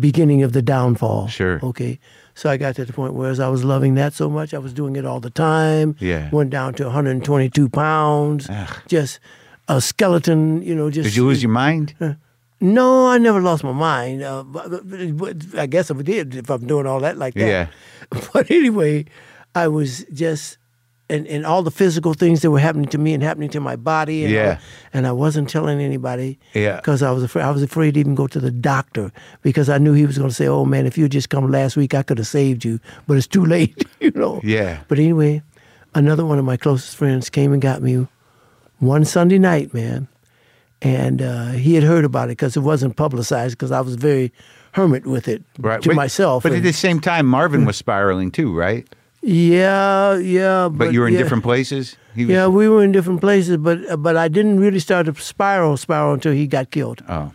B: Beginning of the downfall.
A: Sure.
B: Okay. So I got to the point where as I was loving that so much, I was doing it all the time.
A: Yeah.
B: Went down to 122 pounds. Just a skeleton, you know, just.
A: Did you lose your mind?
B: No, I never lost my mind. Uh, but, but- but I guess I did if I'm doing all that like that.
A: Yeah.
B: But anyway, I was just. And, and all the physical things that were happening to me and happening to my body, and,
A: Yeah.
B: I, and I wasn't telling anybody,
A: Yeah.
B: because I was afraid. I was afraid to even go to the doctor because I knew he was going to say, "Oh man, if you had just come last week, I could have saved you." But it's too late, you know.
A: Yeah.
B: But anyway, another one of my closest friends came and got me one Sunday night, man, and uh, he had heard about it because it wasn't publicized because I was very hermit with it to
A: But-
B: myself.
A: But at
B: and-
A: the same time, Marvin was spiraling too, right?
B: yeah, yeah.
A: But, you were in
B: yeah.
A: different places. He was,
B: Yeah, we were in different places, but but I didn't really start to spiral spiral until he got killed.
A: Oh.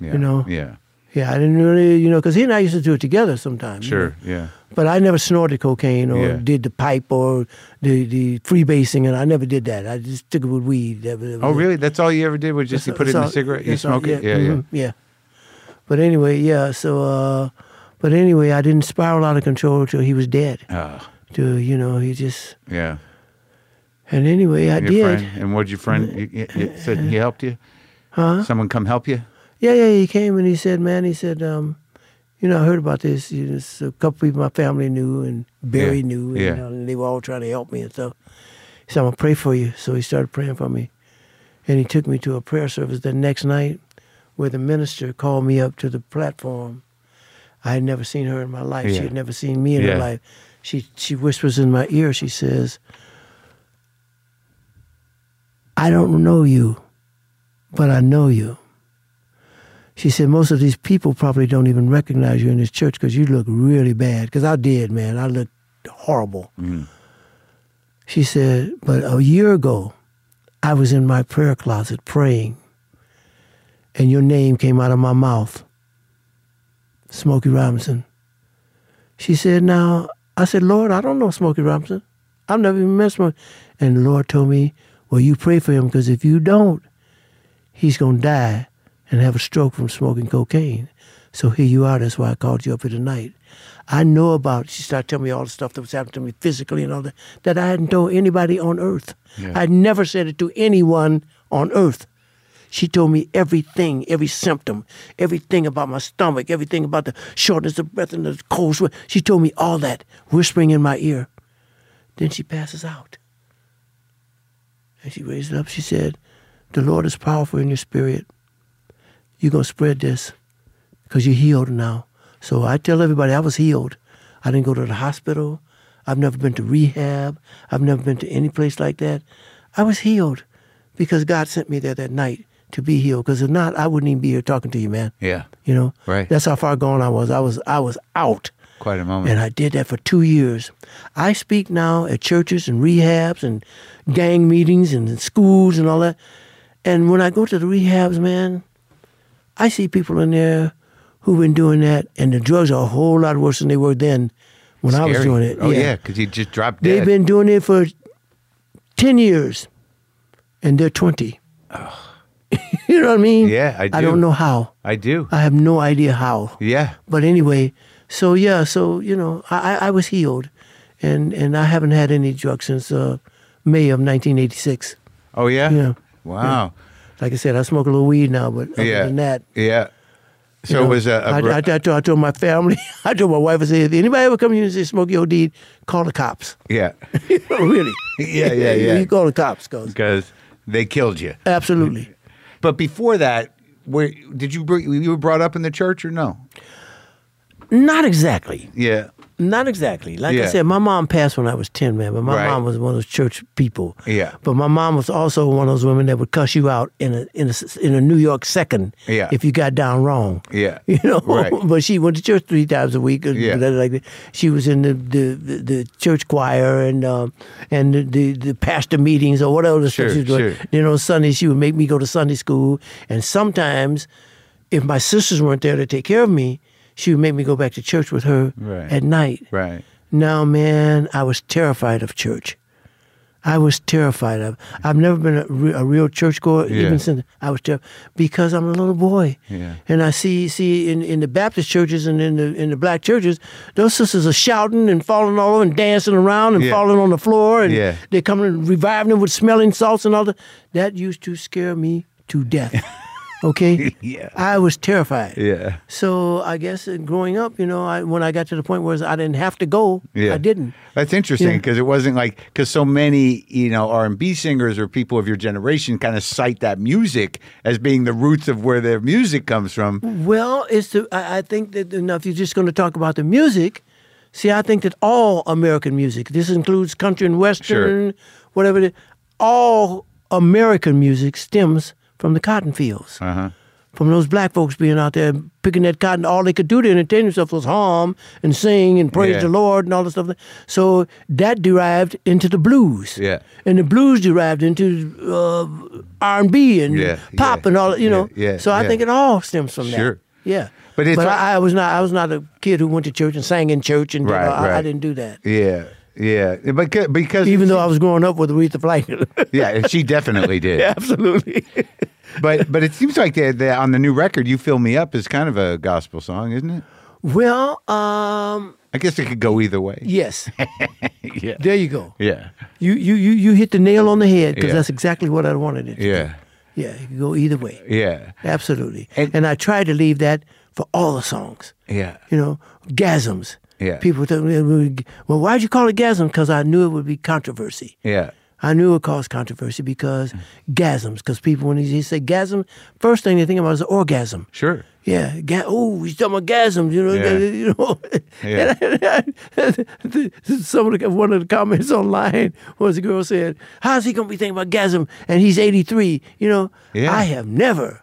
A: Yeah.
B: You know?
A: Yeah.
B: Yeah, I didn't really, you know, because he and I used to do it together sometimes. you know.
A: Sure. Yeah.
B: But I never snorted cocaine or
A: Yeah.
B: did the pipe or the the freebasing, and I never did that. I just took it with weed. That was- that
A: Oh,
B: was it.
A: really? That's all you ever did was just you
B: So-
A: put it in a
B: so-
A: cigarette, you
B: yeah, so-
A: smoke it? Yeah,
B: mhm, yeah. But anyway, yeah. So, uh, but anyway, I didn't spiral out of control till he was dead.
A: yeah. Oh,
B: Till you know, he just.
A: yeah.
B: And anyway, I
A: Your
B: did.
A: friend. And what'd your friend you, you, you said he helped you? Huh? Someone come help you?
B: Yeah, yeah. He came and he said, "Man," he said, um, "You know, I heard about this. You know, it's a couple people my family knew and Barry
A: Yeah,
B: knew, and,
A: yeah.
B: you know, and they were all trying to help me and stuff." He said, "I'm gonna pray for you." So he started praying for me, and he took me to a prayer service the next night, where the minister called me up to the platform. I had never seen her in my life.
A: Yeah.
B: She had never seen me in
A: Yeah.
B: her life. She she whispers in my ear. She says, "I don't know you, but I know you." She said, "Most of these people probably don't even recognize you in this church because you look really bad. Because I did, man. I looked horrible." She said, "But a year ago, I was in my prayer closet praying, and your name came out of my mouth." Smokey Robinson. She said, Now, I said, Lord, I don't know Smokey Robinson. I've never even met Smokey. And the Lord told me, Well, you pray for him because if you don't, he's going to die and have a stroke from smoking cocaine. So here you are. That's why I called you up here tonight. I know about, she started telling me all the stuff that was happening to me physically and all that, that I hadn't told anybody on earth. I'd never said it to anyone on earth. She told me everything, every symptom, everything about my stomach, everything about the shortness of breath and the cold sweat. She told me all that, whispering in my ear. Then she passes out. And she raised it up. She said, The Lord is powerful in your spirit. You're going to spread this because you're healed now. So I tell everybody I was healed. I didn't go to the hospital. I've never been to rehab. I've never been to any place like that. I was healed because God sent me there that night to be healed. Because if not, I wouldn't even be here talking to you, man.
A: Yeah.
B: You know,
A: Right.
B: That's how far gone I was. I was I was out.
A: Quite a moment.
B: And I did that for two years. I speak now at churches and rehabs and gang meetings and in schools and all that. And when I go to the rehabs, man, I see people in there who've been doing that, and the drugs are a whole lot worse than they were then when I was
A: Scary.
B: doing it.
A: Oh, yeah, because you just dropped dead.
B: They've been doing it for 10 years and they're 20. you know what I mean?
A: Yeah, I
B: I
A: do.
B: don't know how.
A: I do.
B: I have no idea how.
A: Yeah.
B: But anyway, so yeah, so you know, I, I I was healed, and and I haven't had any drugs since uh, May of 1986.
A: Oh, yeah?
B: Yeah.
A: Wow.
B: Like I said, I smoke a little weed now, but other
A: Yeah.
B: than that,
A: Yeah. So
B: you
A: it
B: know,
A: was a. a
B: I-
A: bro-
B: I- I told, I told my family, I told my wife, I said, if anybody ever come in and say Smokey OD, call the cops.
A: yeah.
B: really?
A: Yeah, yeah, yeah.
B: you call the cops, cause
A: Because they killed you.
B: absolutely.
A: But before that, where did you bring, you were brought up in the church or no?
B: Not exactly.
A: Yeah.
B: Not exactly. Like
A: Yeah.
B: I said, my mom passed when I was 10, man, but my
A: Right.
B: mom was one of those church people.
A: Yeah.
B: But my mom was also one of those women that would cuss you out in a in a, s- in a New York second
A: Yeah.
B: if you got down wrong.
A: Yeah.
B: You know,
A: Right.
B: but she went to church three times a week.
A: Yeah.
B: Yeah. like that. she was in the the, the, the church choir and um, and the, the the pastor meetings or whatever the
A: Sure,
B: she was doing.
A: sure.
B: Then on Sunday she would make me go to Sunday school, and sometimes if my sisters weren't there to take care of me, she would make me go back to church with her
A: Right.
B: at night.
A: Right.
B: Now, man, I was terrified of church. I was terrified of. I've never been a, re- a real churchgoer
A: Yeah.
B: even since I was terrified because I'm a little boy.
A: Yeah.
B: And I see see in, in the Baptist churches and in the in the black churches, those sisters are shouting and falling all over and dancing around and
A: Yeah.
B: falling on the floor and
A: Yeah.
B: they come and reviving them with smelling salts and all that. That used to scare me to death. Okay?
A: Yeah.
B: I was terrified.
A: Yeah.
B: So I guess uh, growing up, you know, I, when I got to the point where I didn't have to go,
A: Yeah.
B: I didn't.
A: That's interesting
B: Yeah.
A: because it wasn't like because so many you know R and B singers or people of your generation kind of cite that music as being the roots of where their music comes
B: Hmm.
A: from.
B: Well, it's the I, I think that now if you're just going to talk about the music, see, I think that all American music, this includes country and western, whatever, it is, all American music stems from the cotton fields.
A: Uh-huh.
B: From those black folks being out there picking that cotton, all they could do to entertain themselves was hum and sing and praise
A: Yeah.
B: the Lord and all this stuff. So that derived into the blues,
A: Yeah.
B: and the blues derived into uh, R and B and
A: Yeah,
B: pop
A: yeah,
B: and all. You
A: yeah,
B: know,
A: yeah,
B: so I
A: yeah.
B: think it all stems from that.
A: Sure.
B: Yeah.
A: But
B: But,
A: it's like-
B: I, I was not I was not a kid who went to church and sang in church and did
A: Right,
B: all- I,
A: right.
B: I didn't do that.
A: Yeah, yeah, but because
B: Even though I was growing up with Aretha Franklin.
A: yeah, and she definitely did.
B: Absolutely.
A: But but it seems like they, they, on the new record, "You Fill Me Up" is kind of a gospel song, isn't it?
B: well, um,
A: I guess it could go either way.
B: yes.
A: Yeah,
B: There you go.
A: yeah,
B: You you you you hit the nail on the head because
A: Yeah.
B: that's exactly what I wanted it. to
A: yeah,
B: do. Yeah, you can go either way.
A: yeah,
B: Absolutely.
A: And-
B: And, I tried to leave that for all the songs.
A: yeah.
B: You know, gasms.
A: Yeah.
B: People think, well, why'd you call it gasm? Because I knew it would be controversy.
A: Yeah.
B: I knew it caused controversy because
A: Mm.
B: gasms, because people when they they say gasm, first thing they think about is orgasm.
A: Sure.
B: Yeah, ga- oh, he's talking about gasms, you know.
A: Yeah.
B: You know.
A: Yeah.
B: And I- some of the, one of the comments online was the girl said, "How's he gonna be thinking about gasm?" And he's 83. You know,
A: Yeah.
B: I have never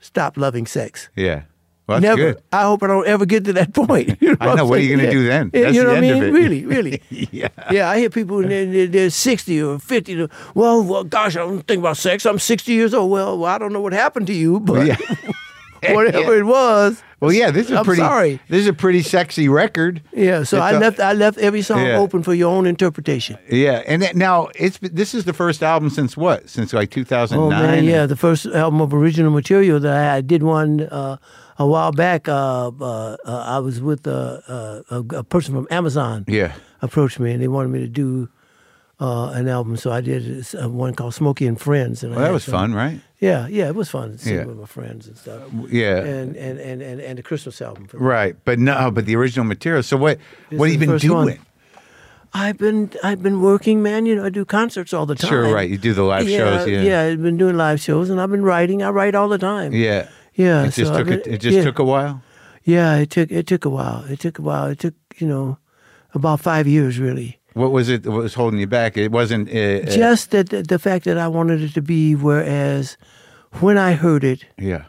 B: stopped loving sex.
A: Yeah. Well, that's
B: Never.
A: good.
B: I hope I don't ever get to that point. You
A: I know.
B: I'm
A: What are you
B: saying?
A: gonna
B: Yeah.
A: do then?
B: Yeah,
A: That's
B: you know
A: the
B: what I
A: end of
B: mean?
A: it.
B: Really, really.
A: Yeah.
B: Yeah, I hear people and they're, they're- they're 60 or 50. to, Well, well, gosh, I don't think about sex. I'm 60 years old. Well, well, I don't know what happened to you, but
A: Yeah.
B: whatever it was.
A: Well, yeah. This is a
B: I'm
A: pretty.
B: sorry.
A: This is a pretty sexy record.
B: Yeah, so
A: It's
B: I
A: a-
B: left I left every song
A: Yeah.
B: open for your own interpretation.
A: Yeah. And that, now it's this is the first album since what? Since like 2009.
B: Oh man, yeah, the first album of original material that I, I did one uh, a while back. Uh, uh, uh, I was with uh, uh, a, a person from Amazon.
A: Yeah.
B: approached me and they wanted me to do uh, an album, so I did this, uh, one called Smokey and Friends. And I
A: Well, that
B: had
A: was
B: some-
A: fun, right?
B: Yeah, yeah, it was fun to sing
A: Yeah.
B: with my friends and stuff.
A: Yeah.
B: and and and and, and the Christmas album. For
A: Right. But no. But the original material. So what? what
B: is
A: have you
B: the
A: been
B: first one.
A: doing?
B: I've been I've been working, man. You know, I do concerts all the time.
A: Sure. Right. You do the live shows. Yeah.
B: yeah. I've been doing live shows, and I've been writing. I write all the time.
A: Yeah.
B: yeah.
A: It just
B: Uh, so
A: took.
B: I've
A: a,
B: been-
A: it just
B: yeah.
A: took a while.
B: Yeah, it took it took a while. It took a while. It took you know about five years really.
A: What was it that was holding you back? It wasn't. Uh, uh,
B: Just that the, the fact that I wanted it to be. Whereas when I heard it
A: yeah.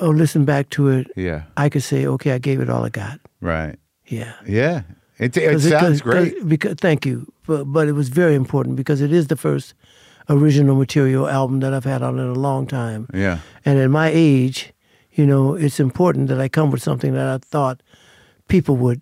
B: or listened back to it,
A: Yeah.
B: I could say, okay, I gave it all I got.
A: Right.
B: Yeah.
A: Yeah. It, it
B: 'Cause
A: sounds
B: 'cause-
A: great.
B: 'cause- Because, thank you, but but it was very important because it is the first original material album that I've had out in a long time.
A: Yeah.
B: And at my age, you know, it's important that I come with something that I thought people would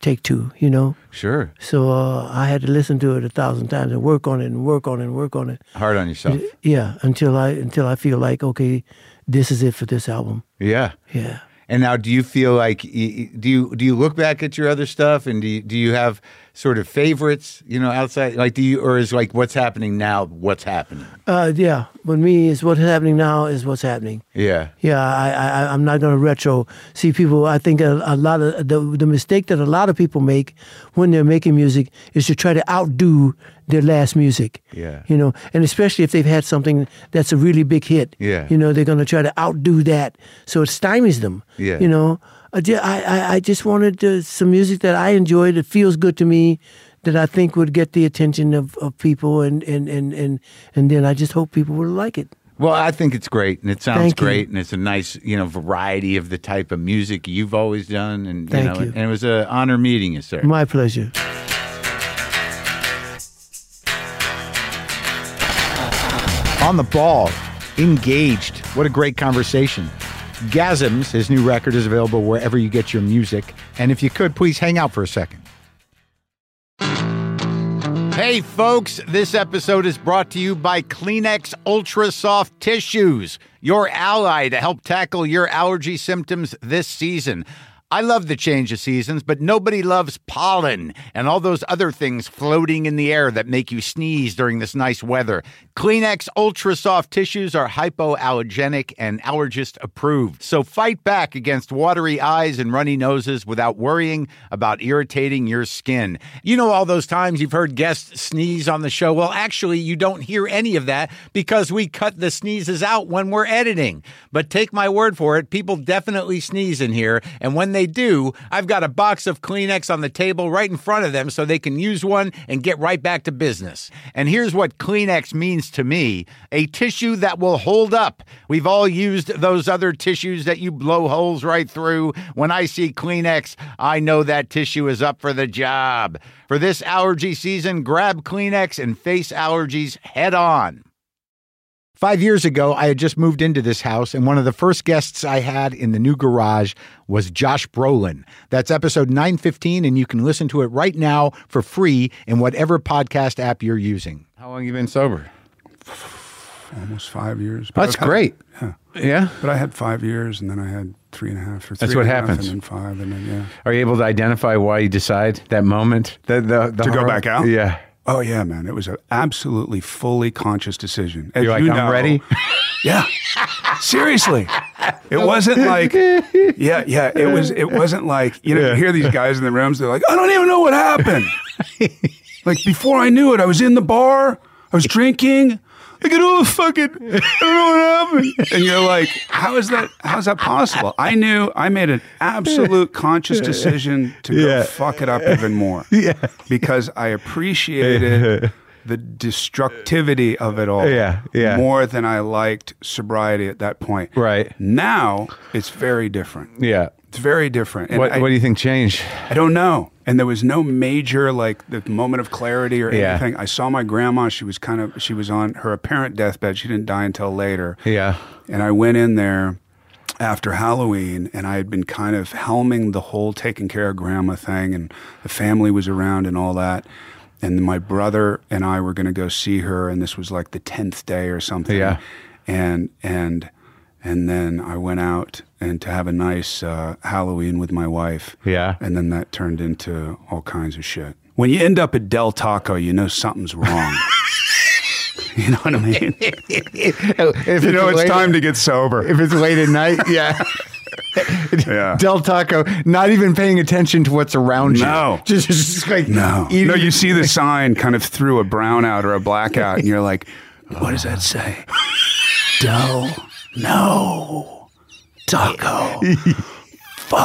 B: take to. You know,
A: Sure.
B: so uh, I had to listen to it a thousand times and work on it and work on it and work on it.
A: Hard on yourself.
B: Yeah, until I until I feel like okay, this is it for this album.
A: Yeah.
B: Yeah.
A: And now, do you feel like y- y- do you do you look back at your other stuff, and do you, do you have sort of favorites? You know, outside like do you or is like what's happening now? What's happening?
B: Uh, yeah, with me is what's happening now is what's happening.
A: Yeah,
B: Yeah, I, I, I- I'm not going to retro. See, people, I think a, a lot of the, the mistake that a lot of people make when they're making music is to try to outdo their last music.
A: Yeah.
B: You know, and especially if they've had something that's a really big hit.
A: Yeah.
B: You know, they're going to try to outdo that. So it stymies them.
A: Yeah.
B: You know, I, ju- I, I- I just wanted to, some music that I enjoy that feels good to me. That I think would get the attention of, of people, and, and, and, and, and then I just hope people will like it.
A: Well, I think it's great, and it sounds
B: Thank you.
A: great, and it's a nice, you know, variety of the type of music you've always done, and
B: Thank
A: you know,
B: you.
A: and it was an honor meeting you, sir.
B: My pleasure.
A: on the ball, engaged. What a great conversation. Gasms, his new record, is available wherever you get your music. And if you could, please hang out for a second. Hey, folks, this episode is brought to you by Kleenex Ultra Soft Tissues, your ally to help tackle your allergy symptoms this season. I love the change of seasons, but nobody loves pollen and all those other things floating in the air that make you sneeze during this nice weather. Kleenex Ultra Soft Tissues are hypoallergenic and allergist approved, so fight back against watery eyes and runny noses without worrying about irritating your skin. You know, all those times you've heard guests sneeze on the show. Well, actually, you don't hear any of that because we cut the sneezes out when we're editing. But take my word for it, people definitely sneeze in here. And when they do, I've got a box of Kleenex on the table right in front of them so they can use one and get right back to business. And here's what Kleenex means to me a tissue that will hold up. We've all used those other tissues that you blow holes right through. When I see Kleenex, I know that tissue is up for the job. For this allergy season, grab Kleenex and face allergies head on. Five years ago, I had just moved into this house, and one of the first guests I had in the new garage was Josh Brolin. That's episode 915, and you can listen to it right now for free in whatever podcast app you're using. How long you been sober?
C: almost five years. But
A: That's
C: I've had-
A: great.
C: yeah,
A: Yeah.
C: but I had five years, and then I had three and a half. Or three
A: That's what
C: and a half
A: happens.
C: And then five, and then yeah.
A: Are you able to identify why you decide that moment? The, the, the
C: To go
A: horror-
C: back out?
A: Yeah.
C: Oh yeah, man! It was an absolutely fully conscious decision. As
A: You're like,
C: you
A: I'm
C: know-
A: ready.
C: Yeah, seriously. It wasn't like, yeah, yeah. It was. It wasn't like you know. You hear these guys in the rooms. They're like, I don't even know what happened. Like before I knew it, I was in the bar, I was drinking. I could all fucking, I don't know what happened. And you're like, how is that? How's that possible? I knew I made an absolute conscious decision to go
A: Yeah.
C: fuck it up even more. Yeah. Because I appreciated the destructivity of it all.
A: Yeah, yeah.
C: More than I liked sobriety at that point.
A: Right.
C: Now it's very different.
A: Yeah.
C: It's very different. And
A: What,
C: I-
A: what do you think changed?
C: I don't know. And there was no major like the moment of clarity or
A: Yeah.
C: anything. I saw my grandma. She was kind of she was on her apparent deathbed. She didn't die until later.
A: Yeah.
C: And I went in there after Halloween, and I had been kind of helming the whole taking care of grandma thing, and the family was around and all that. And my brother and I were going to go see her, and this was like the tenth day or something.
A: Yeah.
C: And and and then I went out and to have a nice uh, Halloween with my wife.
A: Yeah.
C: And then that turned into all kinds of shit. When you end up at Del Taco, you know something's wrong. you know what I mean?
A: if
C: you know it's
A: late-
C: time to get sober.
A: If it's late at night, yeah.
C: Yeah.
A: Del Taco, not even paying attention to what's around
C: No.
A: you. Just, just like
C: No.
A: eating-
C: no, you see the sign kind of through a brownout or a blackout, and you're like, what does that say? Del, no, taco.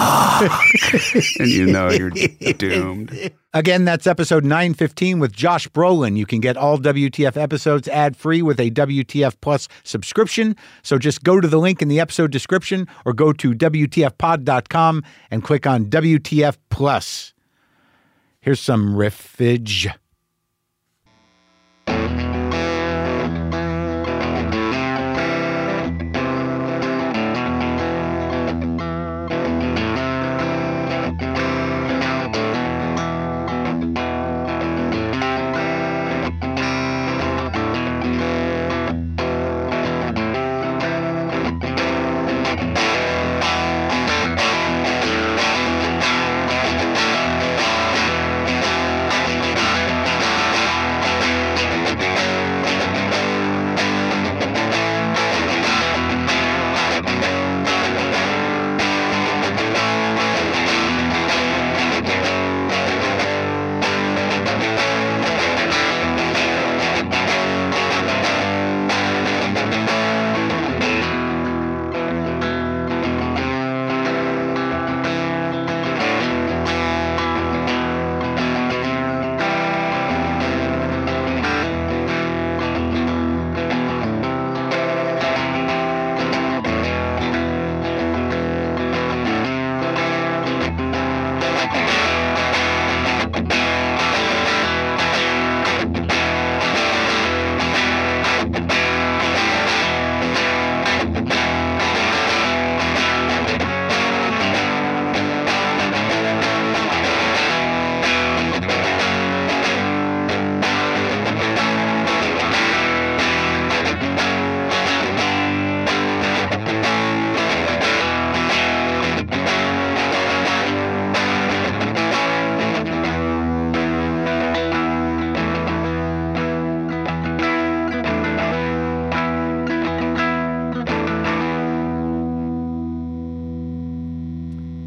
C: Fuck. and you know you're doomed.
A: Again, that's episode 915 with Josh Brolin. You can get all WTF episodes ad free with a WTF Plus subscription. So just go to the link in the episode description or go to WTFpod.com and click on WTF Plus. Here's some riffage.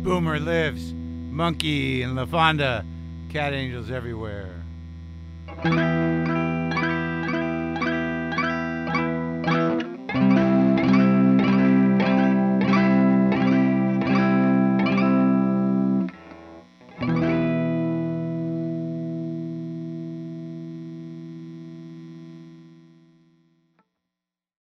A: Boomer lives, monkey and LaFonda, cat angels everywhere.